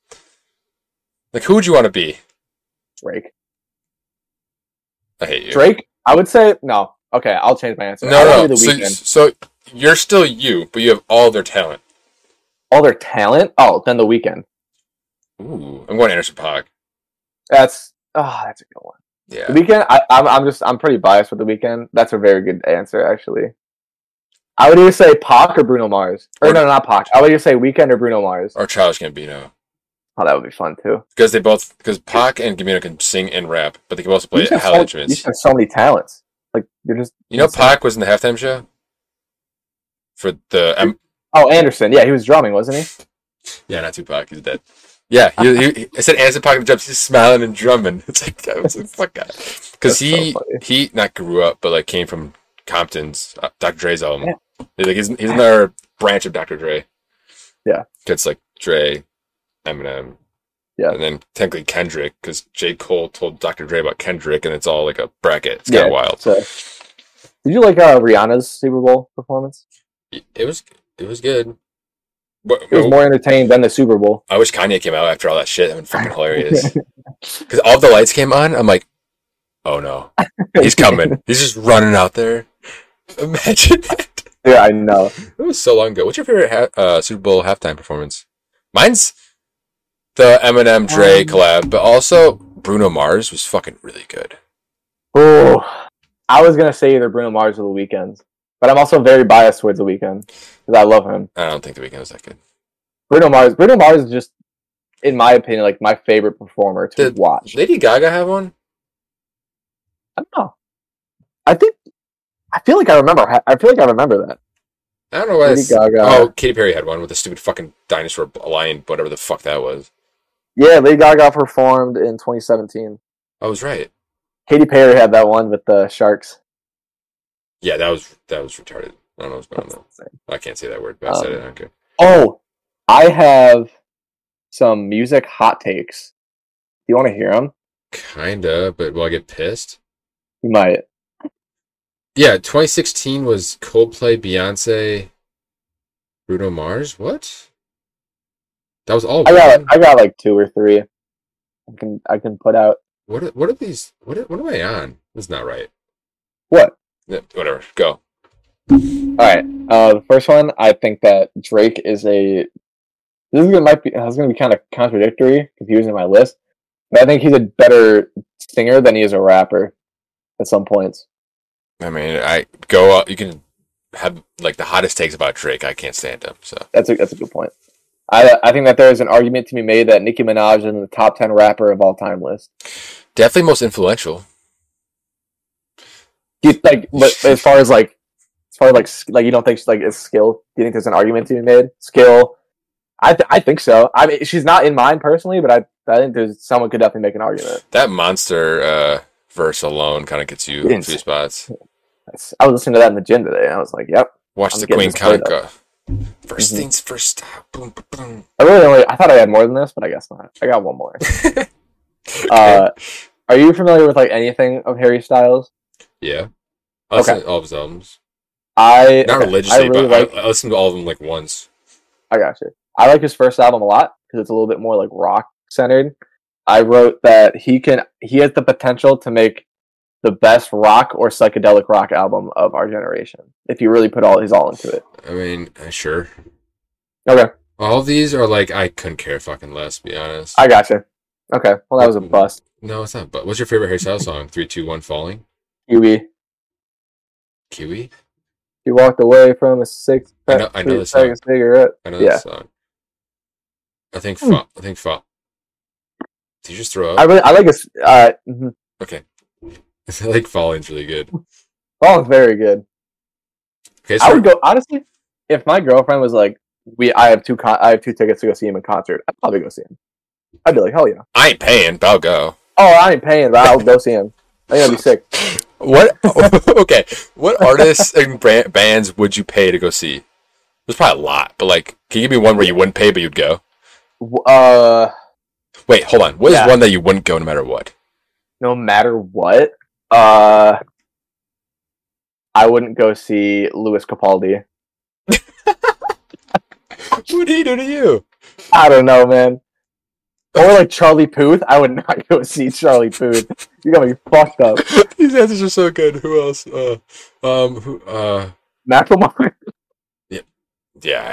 like, who would you want to be?
Drake.
I hate you.
Drake. I would say no. Okay, I'll change my answer. I would
No,
be
no.
The
So,
Weeknd.
so you're still you, but you have all their talent.
all their talent. Oh, then the weekend.
Ooh, I'm going Anderson Paak.
That's oh, that's a good one.
Yeah,
The weekend. I, I'm I'm just I'm pretty biased with the weekend. That's a very good answer actually. I would either say Pac or Bruno Mars. Or no, not Pac. I would either say Weekend or Bruno Mars.
or Childish Gambino
Oh, that would be fun too.
because they both because Pac and Gambino can sing and rap, but they can also play
you, just have
hell
so, you
instruments.
just have so many talents. Like you're just
You know, Pac was in the halftime show for the. Um,
oh Anderson. Yeah, he was drumming, wasn't he?
yeah, not Tupac. He's dead. Yeah, he, he, he- I said Anderson Pac jumps. He's smiling and drumming. It's like I was like, fuck that, because
That's so
he
funny.
he not grew up, but like came from Compton's uh, Dr. Dre's album.
Yeah.
Like he's he's another branch of Dr. Dre.
Yeah.
gets like Dre, Eminem.
Yeah.
and then technically Kendrick, because J. Cole told Dr. Dre about Kendrick, and it's all like a bracket. It's kind
Yeah.
of wild.
So did you like uh, Rihanna's Super Bowl performance?
It was it was good. But,
It was more entertaining than the Super Bowl.
I wish Kanye came out after all that shit. That would fucking hilarious. Because all the lights came on, I'm like, oh no, he's coming. he's just running out there. Imagine that.
Yeah, I know.
It was so long ago. What's your favorite ha- uh, Super Bowl halftime performance? Mine's the Eminem Dre
Um,
collab, but also Bruno Mars was fucking really good.
Oh, I was gonna say either Bruno Mars or The Weeknd, but I'm also very biased towards The Weeknd because I love him.
I don't think the weekend was that good.
Bruno Mars. Bruno Mars is just, in my opinion, like my favorite performer to
Did-
watch.
Lady Gaga have one?
I don't know. I think I feel like I remember. ha- I feel like I remember that.
I don't know why.
Lady
that's-
Gaga.
Oh, Katy Perry had one with a stupid fucking dinosaur b- lion, whatever the fuck that was.
Yeah, Lady Gaga performed in 2017.
I was right.
Katy Perry had that one with the sharks.
Yeah, that was that was retarded. I don't know what's going on there. I can't say that word, but I said
Um,
it. I don't care.
Oh, I have some music hot takes. Do you want to hear them?
Kinda, but will I get pissed?
You might.
Yeah, 2016 was Coldplay, Beyonce, Bruno Mars. What? That was all.
I got
one?
I got like two or three. I can I can put out
What? Are, what are these? What? Are, what am I on? That's not right.
what?
Yeah, whatever. Go.
All right. Uh, the first one, I think that Drake is a. This is gonna might be. This is gonna be kind of contradictory, confusing my list, but I think he's a better singer than he is a rapper. At some points,
I mean, I go. Uh, you can have like the hottest takes about Drake. I can't stand him. So
that's a that's a good point. I I think that there is an argument to be made that Nicki Minaj is in the top ten rapper of all time list.
definitely most influential.
Do you, like, but but as far as like, as far as like, s- like you don't think she's, like it's skill? Do you think there's an argument to be made? Skill, I th- I think so. I mean, she's not in mine personally, but I I think there's someone could definitely make an argument.
That monster uh, verse alone kind of gets you a
Ins-
few spots.
That's- I was listening to that in the gym today, and I was like, yep.
Watch
I'm
the
getting
Queen
this played
Conga. 1st
Mhm.
things first. Ah, Boom, boom, boom.
I really only I thought I had more than this, but I guess not. I got one more. Uh, are you familiar with like anything of Harry Styles?
yeah. I listen
okay.
to all of his albums.
I
Not
okay,
religiously,
I really
but
like.
I, I listened to all of them like once.
I got you. I like his first album a lot because it's a little bit more like rock centered. I wrote that he can he has the potential to make the best rock or psychedelic rock album of our generation if you really put all his all into it.
I mean, uh, sure.
Okay,
All of these are like I couldn't care fucking less, to be honest.
I got you. Okay, well that was a
Mm-hmm.
bust.
no, it's not. But what's your favorite Harry Styles song? Three, two, one, falling.
Kiwi,
Kiwi.
E. you walked away from a six
I know- I know the
pack of cigarette.
I know
Yeah.
that song. I think
Hmm.
fall. I think fall. Did you just throw up?
I really I like his. Uh, mhm.
Okay. I like falling's really good.
Falling's very good.
Okay,
I
so
would go honestly if my girlfriend was like, "We, I have two, con- I have two tickets to go see him in concert." I'd probably go see him. I'd be like, "Hell yeah!"
I ain't paying, but I'll go.
Oh, I ain't paying, but I'll go see him. I think that'd be sick.
What? okay. What artists and brand, bands would you pay to go see? There's probably a lot, but like, can you give me one where you wouldn't pay but you'd go?
W- Uh,
Wait, hold on. What is
Yeah.
one that you wouldn't go no matter what?
no matter what, uh, I wouldn't go see Louis Capaldi.
What did he do to you?
I don't know, man. Or like Charlie Puth, I would not go see Charlie Puth. You got me fucked up.
These answers are so good. Who else? Uh, um, who, uh,
Macklemore,
yeah,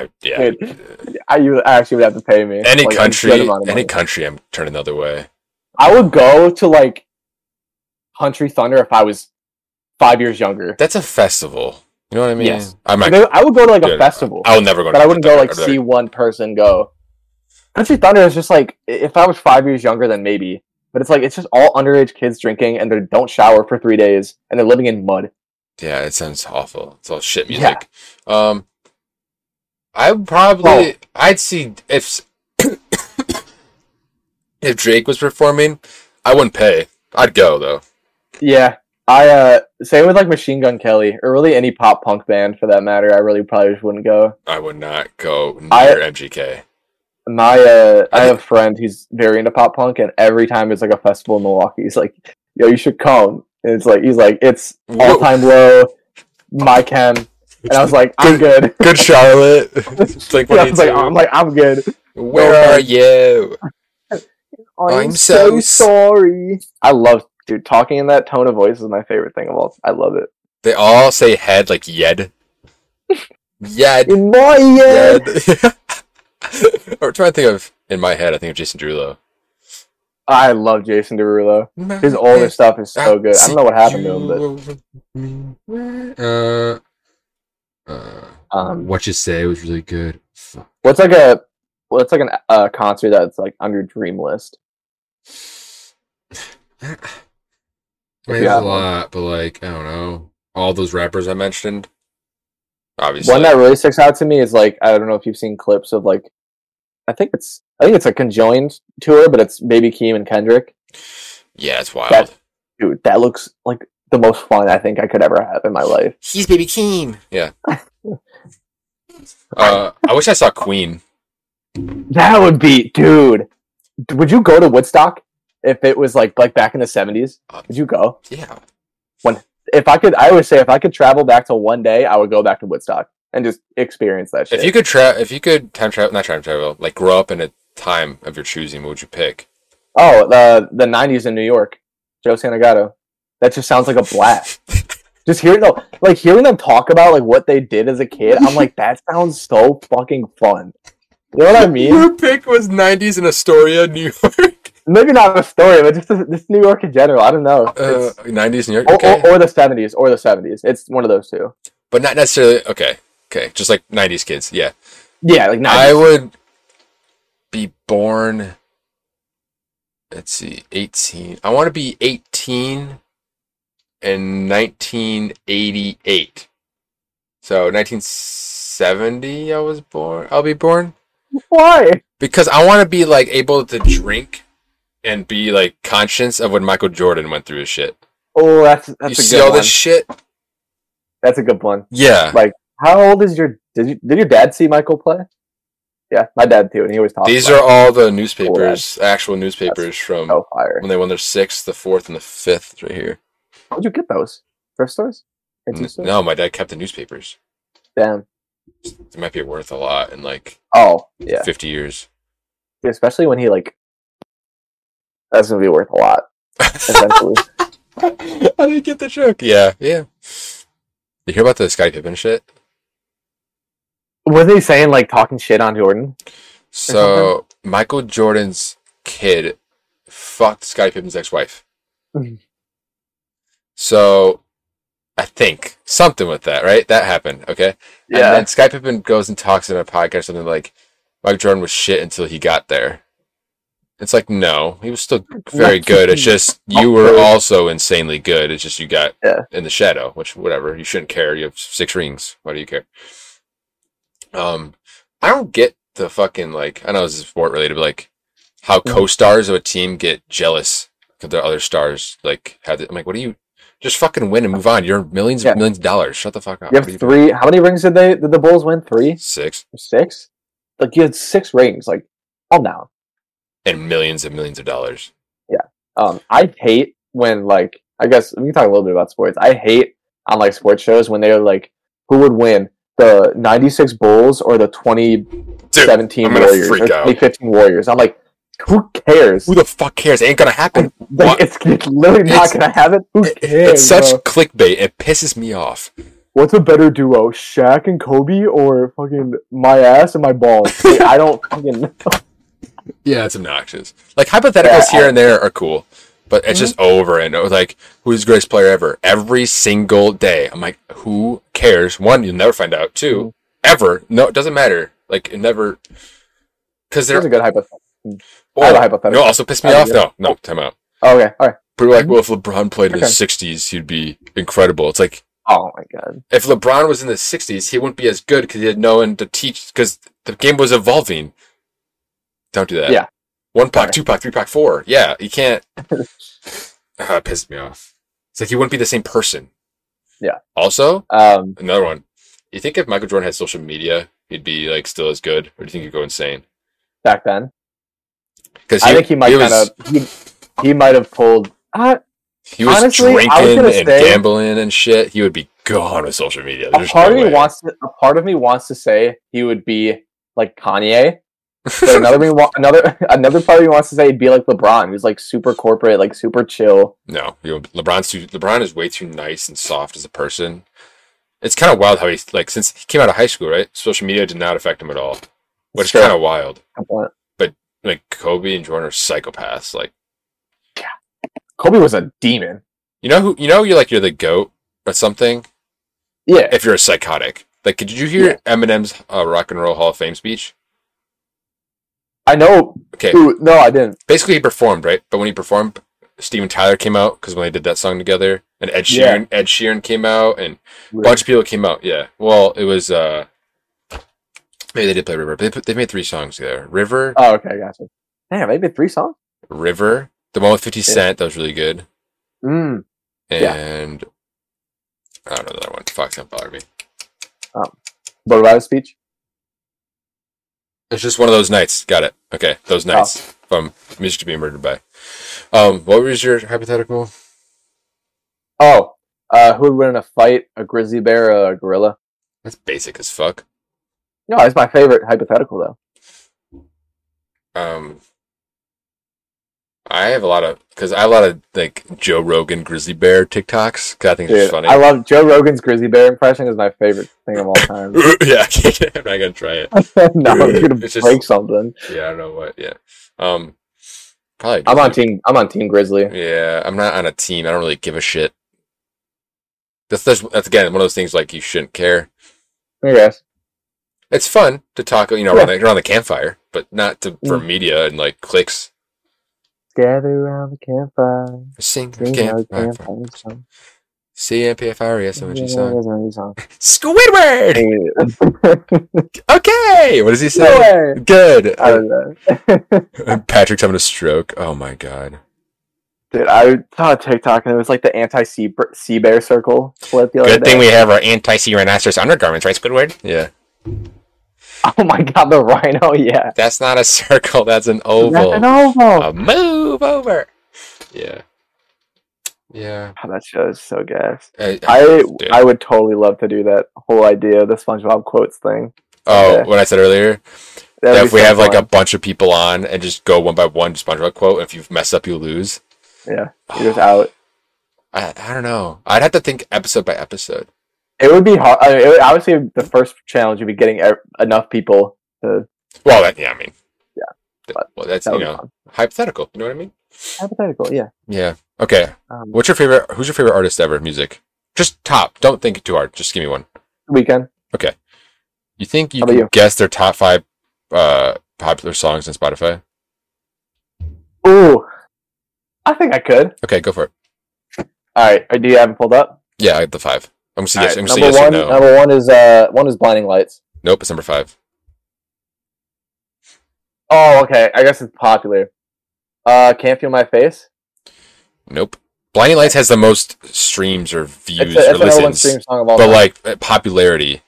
I- yeah.
Dude, I you actually would have to pay me
Any
like, a good
country,
amount of
any
money.
country, I'm turning the other way.
I would go to like Country Thunder if I was five years younger.
That's a festival. You know what I mean?
Yes.
I'm not.
They- I would go to like
good.
a festival,
I will never go.
but I wouldn't go like
I'd be
see one person go. Country Thunder is just like i- if I was five years younger, then maybe. But it's like it's just all underage kids drinking and they don't shower for three days and they're living in mud.
Yeah, it sounds awful. It's all shit
Yeah.
music. Um, I would probably I'd see if if Drake was performing, I wouldn't pay. I'd go though.
Yeah. I uh same with like Machine Gun Kelly or really any pop punk band for that matter. I really probably just wouldn't go.
I would not go near
I-
MGK.
My uh I
I-
have a friend who's very into pop punk and every time it's like a festival in Milwaukee, he's like, Yo, you should come. And it's like he's like, It's
Whoa.
all time low, my chem. And I was like, I'm good.
Good Charlotte. It's like,
Yeah,
what
I was like, I'm like, I'm good.
Where are you? I'm so s-
sorry. I love dude talking in that tone of voice is my favorite thing of all. I love it.
They all say head like yed. Yed.
In my head.
Yed. I'm trying to think of in my head. I think of Jason Derulo.
I love Jason Derulo. His older stuff is so good. I don't know what happened to him, but
him, but uh, uh,
um,
what you say was really good. Fuck.
what's like a what's like an uh, concert that's like on your dream list?
I mean,
you
there's
have
a
one.
lot, but like I don't know. All those rappers I mentioned, obviously.
One that really sticks out to me is like I don't know if you've seen clips of like I think it's I think it's a conjoined tour, but it's Baby Keem and Kendrick.
yeah, it's wild.
That- Dude, that looks like the most fun I think I could ever have in my life.
He's Baby Keem. Yeah. uh, I wish I saw Queen.
That would be, dude. d- Would you go to Woodstock if it was like like back in the seventies?
Uh,
Would you go?
Yeah,
If I could, I would say if I could travel back to one day, I would go back to Woodstock and just experience that shit.
if you could tra- if you could time travel, not time travel, like grow up in a time of your choosing, what would you pick?
oh, the the nineties in New York, Joe Santagato. That just sounds like a blast. just hearing no, like hearing them talk about like what they did as a kid, I'm like that sounds so fucking fun. You know what I mean?
Your pick was '90s in Astoria, New York.
Maybe not a story, but just just New York in general. I don't know.
Uh,
It's- Oh,
90s New York,
or,
okay,
or, or the seventies, or the seventies. It's one of those two.
but not necessarily. Okay, okay, just like '90s kids. Yeah,
Yeah, like
I
nine.
would be born. Let's see, 18. I want to be 18 in 1988. So 1970, I was born. I'll be born
Why?
because I want to be like able to drink and be like conscious of what Michael Jordan went through his shit.
Oh, that's
you
that's
see
a good
all
one.
this shit?
that's a good one.
Yeah.
How old is your? Did you, did your dad see Michael play? Yeah, my dad too, and he always talks.
These are
about
all the newspapers, actual newspapers from
it. oh fire.
when they won their sixth, the fourth, and the fifth right here.
How'd you get those? Thrift stores? Fancy
N-
stores?
Mm, No, my dad kept the newspapers.
Damn.
They might be worth a lot in like
Oh yeah,
50 years.
especially when he like. That's gonna be worth a lot. Essentially,
I didn't get the joke. Yeah, yeah. You hear about the Scottie Pippen shit?
was he saying like talking shit on Jordan?
So Michael Jordan's kid fucked Scottie Pippen's ex-wife.
Mhm.
so I think something with that, right? That happened. Okay. And then Sky Pippen goes and talks in a podcast something like Mike Jordan was shit until he got there. It's like no, he was still very good. It's just you were also insanely good. It's just you got
Yeah.
in the shadow, which whatever. You shouldn't care. You have six rings. Why do you care? Um, I don't get the fucking like. I know this is sport related, but like how
Mhm.
co-stars of a team get jealous because their other stars like have. The, I'm like, what do you? Just fucking win and move on. You're millions
Yeah.
and millions of dollars. Shut the fuck up.
You have
What do you-
three. How many rings did they? Did the Bulls win? Three,
six
or six? Like you had six rings. Like calm down.
and millions and millions of dollars.
Um, I hate when like I guess we can talk a little bit about sports. I hate on like sports shows when they're like, who would win the '96 Bulls or the 2017
Dude, I'm gonna
Warriors
freak
or
out.
2015 Warriors? I'm like, who cares?
who the fuck cares? It ain't gonna happen.
Like,
What?
it's, it's literally
It's-
not gonna have it. Who
it-
cares?
it's such
bro?
clickbait. It pisses me off.
What's a better duo, Shaq and Kobe, or fucking my ass and my balls? Like, I don't fucking. know.
Yeah, it's obnoxious. Like hypotheticals
Yeah, Mhm.
here and there are cool, but it's just over and over. Like who's the greatest player ever? Every single day. I'm like, who cares? One, you'll never find out. 2
Mhm.
ever. No, it doesn't matter. Like it never. Because
Here's
they're
a good hypothetical.
oh,
I have a
you know
hypothetical.
what also pissed me
I
off.
have
No, no, time out.
Oh, okay, all right.
People are like, well, if LeBron played in the
Okay.
'60s, he'd be incredible. It's like
Oh my god.
if LeBron was in the '60s, he wouldn't be as good because he had no one to teach because the game was evolving. Don't do that.
Yeah.
One pack,
Sorry.
two pack, three pack, four. Yeah, you can't. Ah, it pissed me off. It's like he wouldn't be the same person.
Yeah.
Also,
Um,
another one. You think if Michael Jordan had social media, he'd be like still as good, or do you think he'd go insane?
back then,
Because
I think he might
he was,
kind of he, he might have pulled. Uh,
he was
honestly, I was
drinking
gonna
and
say-
gambling and shit. He would be gone with social media.
a
There's
part
no
of me
way.
wants to, a part of me wants to say he would be like Kanye, but another me wa- another another part of me wants to say he'd be like LeBron, who's like super corporate, like super chill.
No, you know, LeBron's too. LeBron is way too nice and soft as a person. It's kind of wild how he's like since he came out of high school, right? Social media did not affect him at all, which is
Sure.
kind of wild.
But
Like Kobe and Jordan are psychopaths. Like
Kobe was a demon.
you know who you know you're like you're the goat or something
Yeah,
if you're a psychotic. Like did you hear Eminem's uh, Rock and Roll Hall of Fame speech?
I know.
Okay,
Who, no, I didn't.
basically he performed right, but when he performed, Steven Tyler came out because when they did that song together, and Ed
Yeah.
Sheeran Ed Sheeran came out, and bunch of people came out. Yeah. Well, it was uh maybe they did play River. but They put, they made three songs together. River,
Oh, okay, gotcha. Damn, maybe three songs.
River, the one with Fifty
Yeah.
Cent that was really good,
Mm. Yeah.
and I don't know that one. Fuck, that bothered me.
What about his speech?
It's just one of those nights. Got it. Okay, those
Oh.
nights from Music to Be Murdered by. Um, what was your hypothetical?
Oh, uh, who would win in a fight, a grizzly bear or a gorilla?
That's basic as fuck.
No, it's my favorite hypothetical though.
Um, I have a lot of because I have a lot of like Joe Rogan Grizzly Bear TikToks because I think it's
Dude,
just funny.
I love Joe Rogan's grizzly bear impression is my favorite thing of all time.
yeah, I can't- I'm not gonna try it.
no, I'm gonna
It's
break
just-
something.
Yeah, I don't know what. Yeah, um, probably.
I'm on team. I'm on team Grizzly.
Yeah, I'm not on a team. I don't really give a shit. That's that's, that's again one of those things like you shouldn't care.
I guess.
It's fun to talk, you know, around, the, around the campfire, but not to for
Mm.
media and like clicks.
Gather around the campfire,
Sing
sing our
campfire,
campfire song.
uh, C M P F R E S O N G song.
song.
Squidward. Okay, what does he
No
say?
way.
Good.
I don't know.
Patrick's having a stroke. Oh my god.
Dude, I saw a TikTok and it was like the anti sea sea bear circle split the other
Good
day.
thing we have our anti-sea rhinoceros undergarments, right, Squidward? Yeah.
oh my god, the rhino! Yeah,
That's not a circle. That's an oval.
that's an oval.
Uh, move over. Yeah. Yeah.
God, Oh, that show is so gas.
I,
I
Dude.
I would totally love to do that whole idea of the SpongeBob quotes thing.
oh,
yeah.
what I said earlier.
That'd
that
be
if we
so
have like
fun.
a bunch of people on and just go one by one, just SpongeBob quote. If you mess up, you lose.
yeah, you're just out.
I, I don't know. I'd have to think episode by episode.
It would be hard. I mean, it would, obviously, the first challenge would be getting e- enough people to.
Well, that, yeah, I mean,
Yeah,
Th-
but
well, that's
That
you
would be
know
fun.
hypothetical. You know what I mean?
Hypothetical, yeah.
Yeah. Okay.
Um,
What's your favorite? Who's your favorite artist ever? Music. Just top. Don't think too hard. Just give me one.
weekend.
You think you
How about
can
you?
guess their top five uh, popular songs on Spotify?
Ooh, I think I could.
Okay, go for it.
All right, uh, do you have it pulled up?
Yeah, I have the five. I'm gonna say
All
yes.
right,
I'm gonna say
number
yes
one,
or no.
number one is uh, one is blinding lights.
Nope, it's number five.
Oh, okay. I guess it's popular. Uh, can't feel my face.
Nope. Blinding Lights has the most streams or views
It's, a,
or
it's an Owen
listens,
Stream song of all
but
time.
like uh, popularity.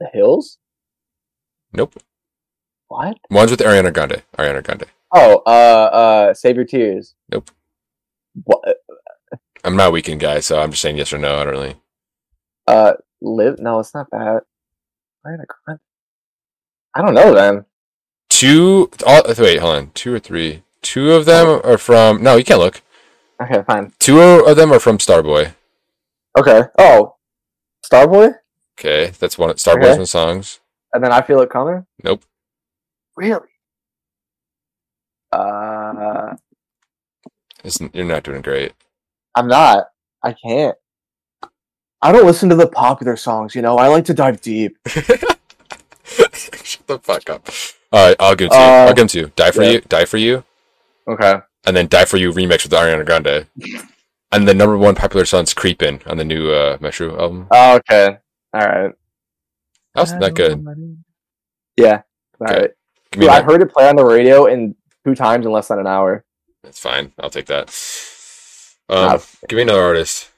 the hills.
Nope.
What?
One's with Ariana Grande. Ariana Grande.
Oh, uh, uh, save your tears.
Nope.
What?
I'm not a weekend guy, so I'm just saying yes or no. I don't really.
Uh, live? No, it's not that. Where the crap- I don't know then.
Two. All, wait, hold on. Two or three. Two of them are from. No, you can't look.
Okay, fine.
Two of them are from Starboy.
Okay. Oh, Starboy,
Okay, that's one. Starboy's
Okay.
one of the songs.
and then I feel it coming.
Nope.
Really? Uh,
It's, you're not doing great.
I'm not. I can't. I don't listen to the popular songs. You know, I like to dive deep.
Shut the fuck up. All right, I'll give it to you.
Uh,
I'll give it to you. Die for
yeah.
you. Die for you.
Okay.
and then Die for You remix with Ariana Grande. And the number one popular song's Creepin' on the new uh, Metro album.
Oh, okay. All right.
That was not good.
Yeah. All
Okay.
right.
Give me
Dude, I've
that.
heard it play on the radio in two times in less than an hour.
That's fine. I'll take that.
Nah.
Um, give me another artist.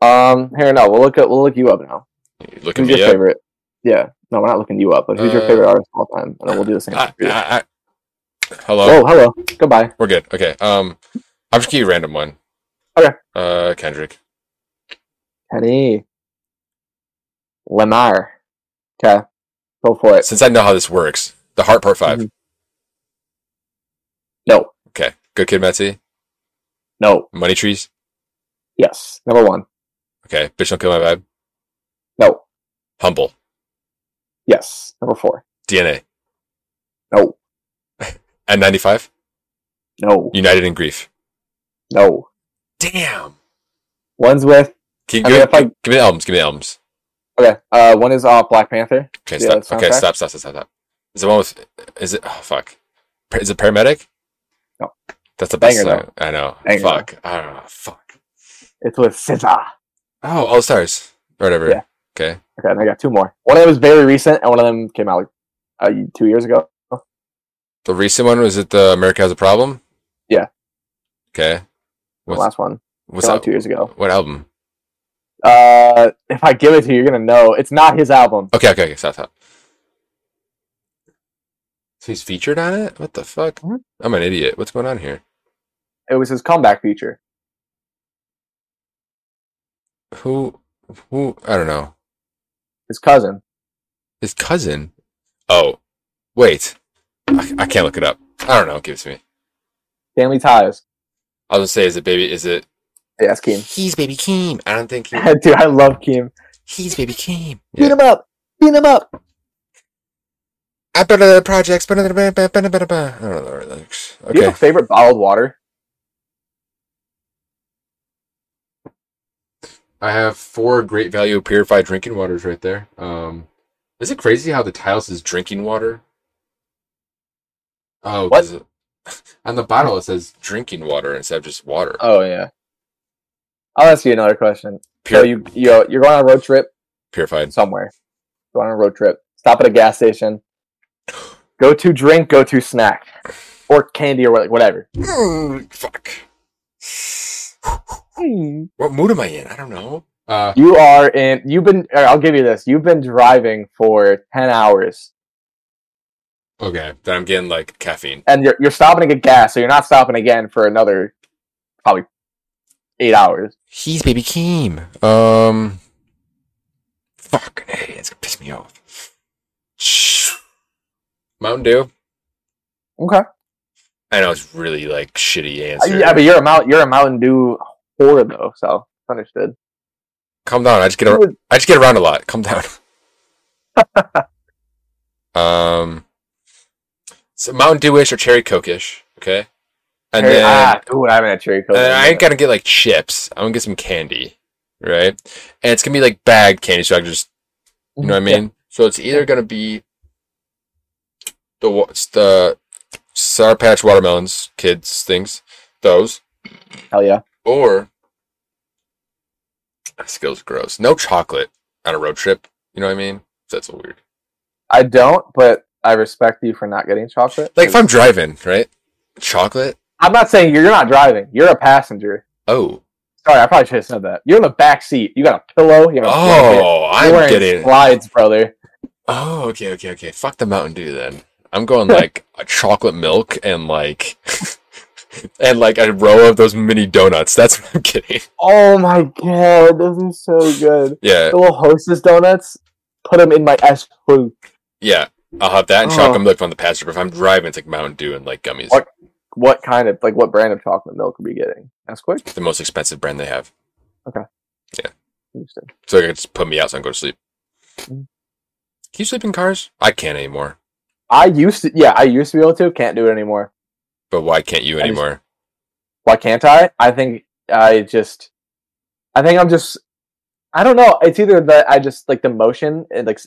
Um, here no, we'll look at we'll look you up now.
You Looking
Who's
me
your
up.
favorite? Yeah, no, we're not looking you up, but who's your
Uh,
favorite artist of all time? And then we'll do the same.
I,
for you.
I, I- hello.
oh, hello. Goodbye.
We're good. Okay. Um, I'll just give you a random one.
Okay.
Uh, Kendrick.
Penny. Lamar. Okay. Go for it.
Since I know how this works, the heart part 5
Mhm. No.
Okay. Good Kid, Metsy.
No.
Money Trees.
Yes. Number one.
Okay. Bitch Don't Kill My Vibe.
No.
Humble.
Yes. Number four.
DNA.
No.
N95.
No.
United in Grief.
No.
Damn.
One's with
Can you
I
give,
mean, if I-
give, give me the albums. Give me the albums.
okay. Uh, one is uh Black Panther.
Okay,
Yeah,
stop. Okay,
soundtrack.
stop, stop, stop, stop, stop. Is the one with? Is it? Oh fuck. Pa- Is it paramedic?
No.
That's the best
Banger,
song. I know.
Banger.
Fuck. I don't know. Fuck.
It's with SZA.
Oh, all stars. Or whatever.
Yeah.
Okay.
Okay, and I got two more. One of them is very recent, and one of them came out like uh, two years ago.
The recent one was it? The America has a problem.
Yeah.
Okay.
The
What's
last one
what's
came out
that?
two years ago.
What album?
Uh, if I give it to you, you're gonna know it's not his album.
Okay, okay, okay. Stop, stop. So he's featured on it. What the fuck?
Mhm.
I'm an idiot. What's going on here?
It was his comeback feature.
Who? Who? I don't know.
His cousin.
His cousin. Oh, wait. I, I can't look it up. I don't know. Give it to me.
Stanley Ties.
I was gonna say, is it baby? Is it?
Hey, that's Keem.
He's baby Keem. I don't think he,
Dude, I love Keem.
he's baby Keem.
Beat
Yeah.
him up. Beat him up.
I better the projects. ba-da-da-ba, ba-da-ba-da-ba. I don't know the lyrics.
Do you
Okay.
have a favorite bottled water?
I have four great value purified drinking waters right there. Um, is it crazy how the tiles is drinking water? Oh,
What?
'cause it- on the bottle it says drinking water instead of just water.
Oh yeah. I'll ask you another question.
Pure,
So you you you're going on a road trip
purified.
somewhere. Going on a road trip. Stop at a gas station. Go to drink. Go to snack. Or candy or what- whatever. Hmm.
Mm, fuck. What mood am I in? I don't know. Uh,
You are in. You've been. all right, I'll give you this. You've been driving for ten hours,
okay. Then I'm getting like caffeine.
and you're you're stopping to get gas, so you're not stopping again for another probably eight hours.
He's baby Keem. Um, fucking hey, it's gonna piss me off. Mountain Dew.
Okay.
I know it's really like shitty
Uh,
answer.
Yeah, but you're a Mount, you're a Mountain Dew whore though, so it's understood.
Calm down. I just get
You
ar-
would-
I just get around a lot. Calm down. um, so Mountain Dew-ish or Cherry Coke-ish. Okay. And
Cherry-
then
ah, ooh, I haven't had cherry coke.
And
in
Uh,
a
I ain't
minute.
gonna get like chips. I'm gonna get some candy, right? And it's gonna be like bagged candy, so I can just, you know what I
Yeah.
mean. So it's either gonna be the wa- it's the Sour Patch watermelons, kids things, those,
Hell yeah.
or Ah, this goes gross. No chocolate on a road trip. You know what I mean? That's weird.
I don't, but I respect you for not getting chocolate.
Like if I'm driving, right? Chocolate.
I'm not saying you're, you're not driving. You're a passenger.
Oh,
Sorry, I probably should have said that. You're in the back seat. You got a pillow. You have a blanket.
oh,
You're
I'm
wearing
getting.
slides, brother.
Oh, okay, okay, okay. Fuck the Mountain Dew then. I'm going like a chocolate milk and like and like a row of those mini donuts. That's what I'm getting.
Oh my god, those are so good.
Yeah,
The little Hostess donuts. Put them in my ass. food.
yeah. I'll have that and
Oh.
chocolate milk on the passenger. But if I'm driving, it's like Mountain Dew and like gummies.
What? What kind of like what brand of chocolate milk are we getting? That's quick.
The most expensive brand they have.
Interesting.
So it can just put me out so I can go to sleep. Can
Mm.
you sleep in cars? I can't anymore.
I used to, yeah, I used to be able to. Can't do it anymore.
But why can't you
I just-
anymore?
why can't I? I think I just, I think I'm just, I don't know. It's either that I just like the motion and like s-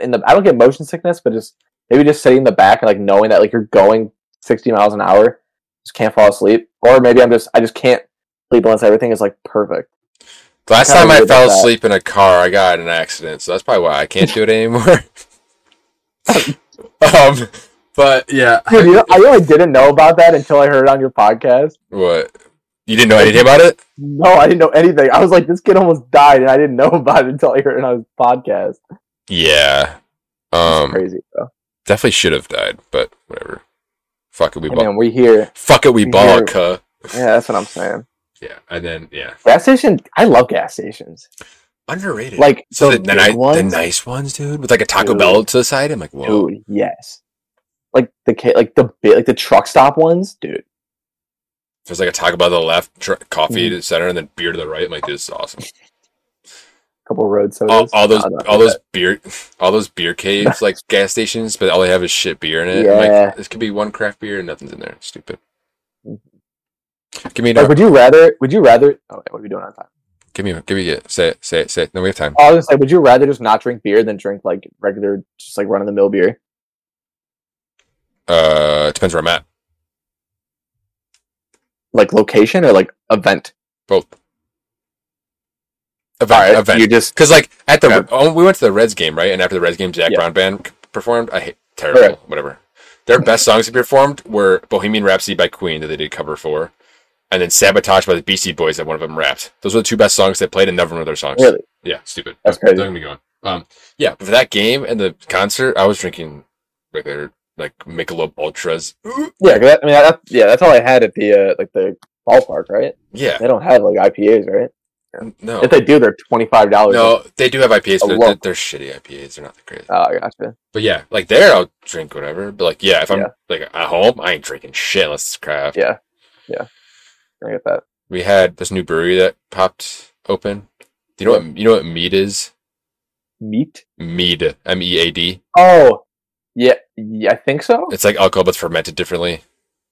in the, I don't get motion sickness, but just maybe just sitting in the back and like knowing that like you're going 60 miles an hour, just can't fall asleep. Or maybe I'm just, I just can't sleep unless everything is like perfect.
The Last
kinda
time I
weird
fell
about that.
asleep in a car, I got in an accident, so that's probably why I can't do it anymore. um, but yeah,
Dude, you know, I really didn't know about that until I heard it on your podcast.
what you didn't know anything about it?
No, I didn't know anything. I was like, this kid almost died, and I didn't know about it until I heard it on his podcast.
Yeah,
It's
um,
crazy, bro.
definitely should have died, but whatever. Fuck it, we
Hey,
ball.
man, we here.
Fuck it, we
we
ball.
hear-
cuh.
Yeah, that's what I'm saying.
Yeah, and then yeah,
Gas station. I love gas stations.
underrated.
Like
so the,
the,
the,
big
ni- the
ones,
nice ones, dude, with like a Taco
Dude.
Bell to the side. I'm like, whoa.
dude. Yes. Like the ca- like the big like the truck stop ones, dude.
There's like a Taco Bell to the left, tr- coffee
Mm.
to the center, and then beer to the right. I'm like, this is awesome.
couple road
all,
sodas.
all those
No, no,
all those beer all those beer caves like gas stations but all they have is shit beer in it I'm
Yeah.
like this could be one craft beer and nothing's in there stupid give me
Like,
no,
would you rather? Would you rather? Oh, wait, what are we doing on time?
give me give me it say it say it say it no we have time
I was gonna say, would you rather just not drink beer than drink like regular, just like run of the mill beer?
uh depends where i'm at
Like location or like event?
both
All
event
right,
event
You just
because like at the
Yeah.
oh, we went to the reds game right and after the reds game jack
Yeah.
brown band c- performed i hate terrible
Right.
whatever their best songs they performed were bohemian rhapsody by queen that they did cover for and then sabotage by the bc boys that one of them rapped those were the two best songs they played and never one of their songs
really.
yeah stupid
That's
Okay,
crazy.
don't get me going um yeah but for that game and the concert i was drinking regular like Michelob Ultras.
Yeah, 'cause that, I mean, that, yeah, that's all I had at the uh, like the ballpark, right?
Yeah.
They don't have like IPAs, right?
No.
If they do, they're twenty five dollars.
No, they do have IPAs, but
A
they're,
lump.
they're shitty IPAs. They're not that great.
Oh, gotcha.
But yeah, like there, I'll drink whatever. But like, yeah, if I'm
Yeah.
like at home, I ain't drinking shit unless it's craft.
Yeah. I get that.
We had this new brewery that popped open. Do you know what you know what mead is?
Meat.
Mead, M E A D.
Oh, yeah, yeah, I think so.
It's like alcohol, but it's fermented differently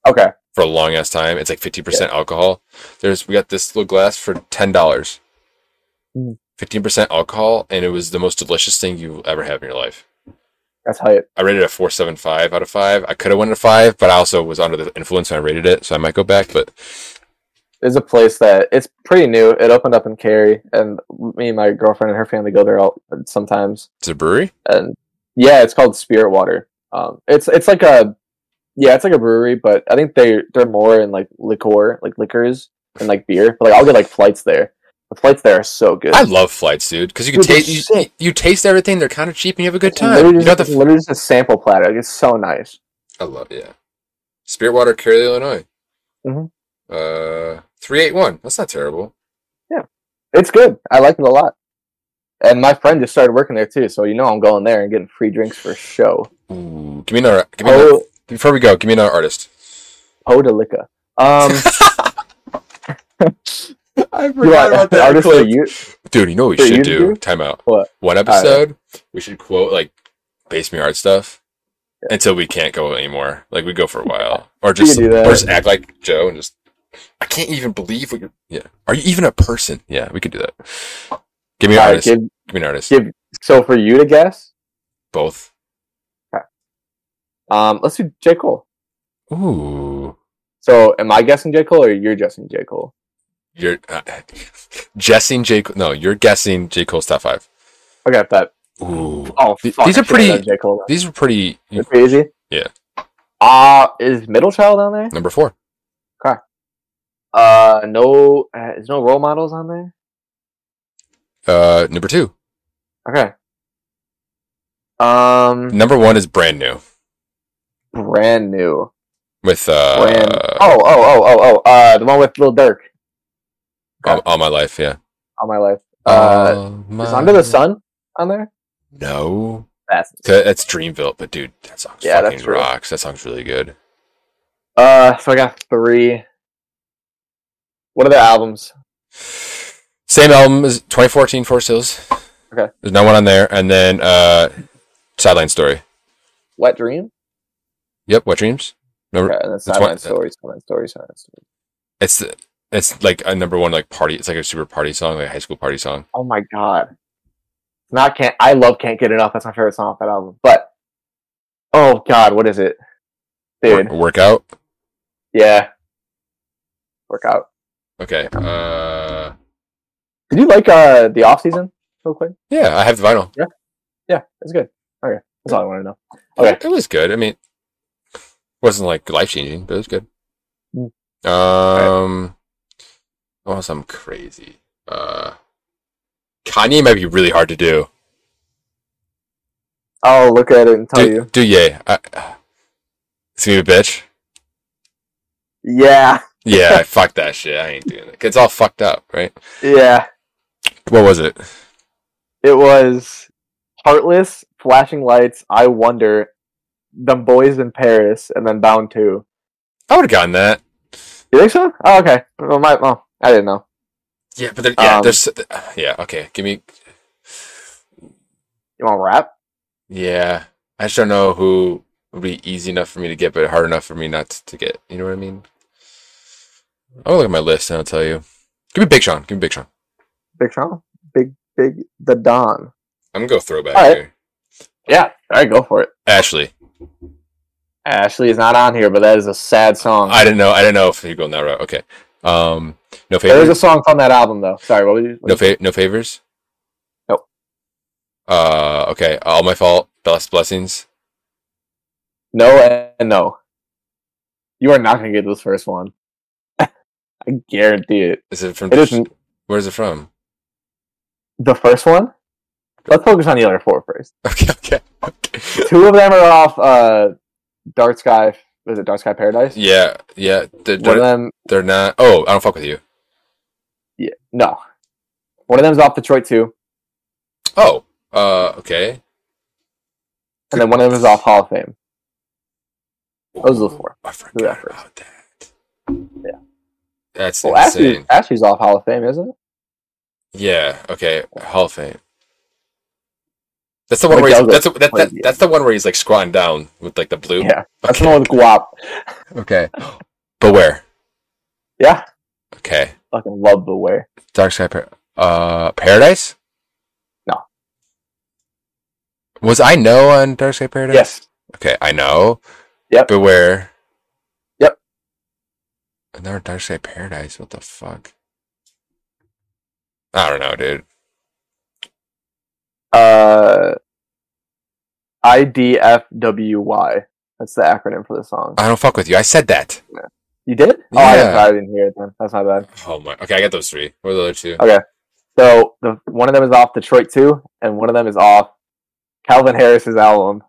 Okay,
for a long ass time. It's like fifty percent alcohol. There's we got this little glass for ten dollars.
Mm.
Fifteen percent alcohol, and it was the most delicious thing you ever have in your life.
that's how it.
I rated it a four seven five out of five. I could have went a five, but I also was under the influence when I rated it, so I might go back. But
There's a place that it's pretty new. It opened up in Cary, and me and my girlfriend and her family go there all sometimes.
it's a brewery.
And yeah, it's called Spirit Water. Um, it's it's like a yeah, it's like a brewery, but I think they they're more in like liquor, like liquors and like beer. But like I'll get like flights there. The flights there are so good.
I love flights, dude, because you can
Dude, they're
taste you,
sick.
you taste everything. They're kind of cheap, and you have a good
It's
time.
Literally
You
just,
got
it's
the.
literally just a sample platter. Like, it's so nice.
I love yeah. Spiritwater, Cary, Illinois.
Mhm.
Uh, three eight one. That's not terrible.
It's good. I like it a lot. And my friend just started working there too, so you know I'm going there and getting free drinks for show.
Ooh, give me another. Give me another
Oh,
before we go. Give me another artist.
Podalica. Um,
I
you want an artist for you?
Dude, you know what we
For you
should
to
do?
do?
Time out.
What?
One episode, we should quote like basement art stuff until we can't go anymore. Like we go for a while, or just
do that.
or just act like Joe and just. I can't even believe what you're. Yeah, are you even a person? Yeah, we could do that. Give me an
All right,
artist.
uh, give,
give me an artist.
give. So for you to guess,
Both.
um, let's do J Cole.
Ooh,
So am I guessing J. Cole or you're guessing J. Cole?
you're uh, guessing J. Cole. No, you're guessing J. Cole's top five.
Okay, but
Ooh,
oh,
Th-
fuck,
these are
I should've
pretty-
done J. Cole.
these were pretty.
They're pretty easy.
Yeah.
Uh is middle child on there?
Number four.
Uh, no, uh, is no role models on there?
Uh, number two.
Okay. Um,
Number one is brand new
brand new.
with uh,
Brand. oh, oh, oh, oh, oh. Uh, the one with Lil Durk
all, All my life. Yeah.
on my life. Uh,
All
is Under the
Oh, My-
Sun on there?
No,
That's
Th- that's Dreamville. But dude, that song
Yeah,
fucking
that's real.
rocks. That song's really good.
Uh, so I got three. What are the albums?
Same album as 2014 Forest Hills.
Okay.
There's no one on there. And then uh Sideline Story.
Wet Dream.
Yep, What Dreams? Number
Okay, and then
one-
Sideline Stories. Sideline Stories. Sideline Stories.
it's it's like a number one like party it's like a super party song, like a high school party song.
Oh my god. Not can't. I love Can't Get Enough. That's my favorite song off that album. But oh god, what is it, dude?
Wor- workout.
Yeah. Workout.
Okay. Uh
Did you like uh the off season? Real quick.
yeah, I have the vinyl.
Yeah, it's good. Okay, that's all I want to know.
It, it was good. I mean wasn't like life changing, but it was good.
Mm.
Um oh something crazy. Uh Kanye might be really hard to do.
I'll look at it and tell
do,
you.
do yeah. I, uh, it's gonna be a bitch.
Yeah.
Yeah, fuck that shit. I ain't doing it. It's all fucked up, right?
Yeah.
What was it?
It was Heartless, Flashing Lights, I Wonder, The Boys in Paris, and then Bound 2.
I would have gotten that.
You think so? Oh, okay. Well, my, well, I didn't know.
Yeah, but there, yeah,
Um,
there's yeah. Okay, give me
You want to rap?
yeah. I just don't know who would be easy enough for me to get, but hard enough for me not to, to get. You know what I mean? I'll look at my list and I'll tell you. Give me Big Sean. Give me Big Sean.
Big Sean? Big, big, The Don.
I'm gonna go throwback
All right.
here.
Yeah. All right, go for it.
Ashley.
Ashley is not on here, but that is a sad song.
I didn't know. I didn't know if you're going that route. Okay. Um. No
there is
favors.
a song from that album, though. Sorry, what was you?
No fa- no favors.
Nope.
Uh. Okay. All my fault. Bless blessings.
no and no. You are not going to get this first one. I guarantee it.
Is it from?
It isn't.
Where's it from?
The first one? Let's focus on the other four first.
Okay, okay, okay.
Two of them are off uh, Dark Sky. Was it Dark Sky Paradise?
Yeah, yeah. They're,
One of
they're,
them,
they're not. Oh, I don't fuck with you.
no. One of them's off Detroit 2,
Oh, uh, okay.
and then one of them is off Hall of Fame. Those are the four.
I
Who
forgot
that first?
about that.
Yeah.
That's
Well,
insane.
Ashley, Ashley's off Hall of Fame, isn't it?
Yeah. Okay. Hall of Fame. That's the one
Like
where he's,
Douglas
that's the- that, that,
played, yeah.
that's the one where he's like squatting down with like the blue.
Yeah. That's the
Okay.
one with Guap.
Okay. Beware.
Yeah.
Okay.
Fucking love Beware.
Dark Sky. Par- uh, Paradise.
No.
Was I know on Dark Sky Paradise?
Yes.
Okay, I know.
Yep.
Beware.
Yep.
Another Dark Side Paradise. What the fuck? I don't know, dude.
Uh, IDFWY. That's the acronym for the song.
I don't fuck with you. I said that.
You did? Oh, I,
Yeah.
I didn't hear it then. That's my bad.
Oh my. Okay, I got those three. What are the other
Uh,
two?
So the one of them is off Detroit Two, and one of them is off Calvin Harris's album.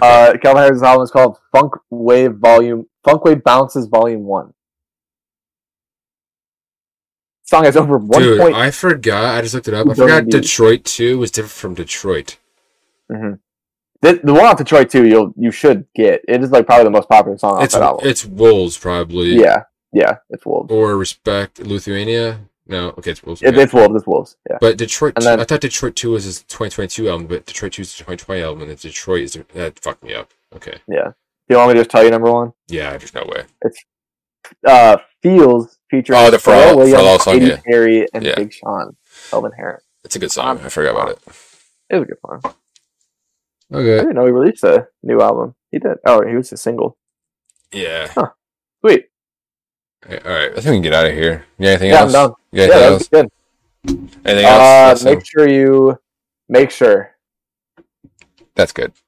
Uh, Calvin Harris's album is called Funk Wave Volume Funk Wave Bounces Volume One. Song has over one
dude,
point.
I forgot. I just looked it up. I
Don't
forgot
be-
Detroit Two was different from Detroit.
Mhm. the, the one off Detroit Two, you'll you should get. It is like probably the most popular song off
it's
that album.
it's Wolves probably.
yeah, yeah, it's Wolves.
Or respect Lithuania. No, okay, it's Wolves.
It,
okay.
it's Wolves. It's Wolves. Yeah.
But Detroit,
And
two-
then-
I thought Detroit Two was his 2022 album, but Detroit Two is his 2020 album, and Detroit is that fucked me up. Okay,
Do you want me to just tell you number one?
yeah, there's no way.
Uh, Fields featuring
Oh, the For
Pharrell
All- For All
Williams,
song,
Katy
yeah.
Perry, and
Yeah.
Big Sean. Calvin Harris.
It's a good song. I forgot about it.
It was a good one. I
Okay.
didn't know he released a new album. He did. Oh, he was a single.
Yeah.
Sweet.
All right. I think we can get out of here. You got anything
Yeah,
else?
I'm done.
You got
Yeah,
anything
that
else?
was good.
Anything else?
Uh,
That's-
make sure you make sure
that's good.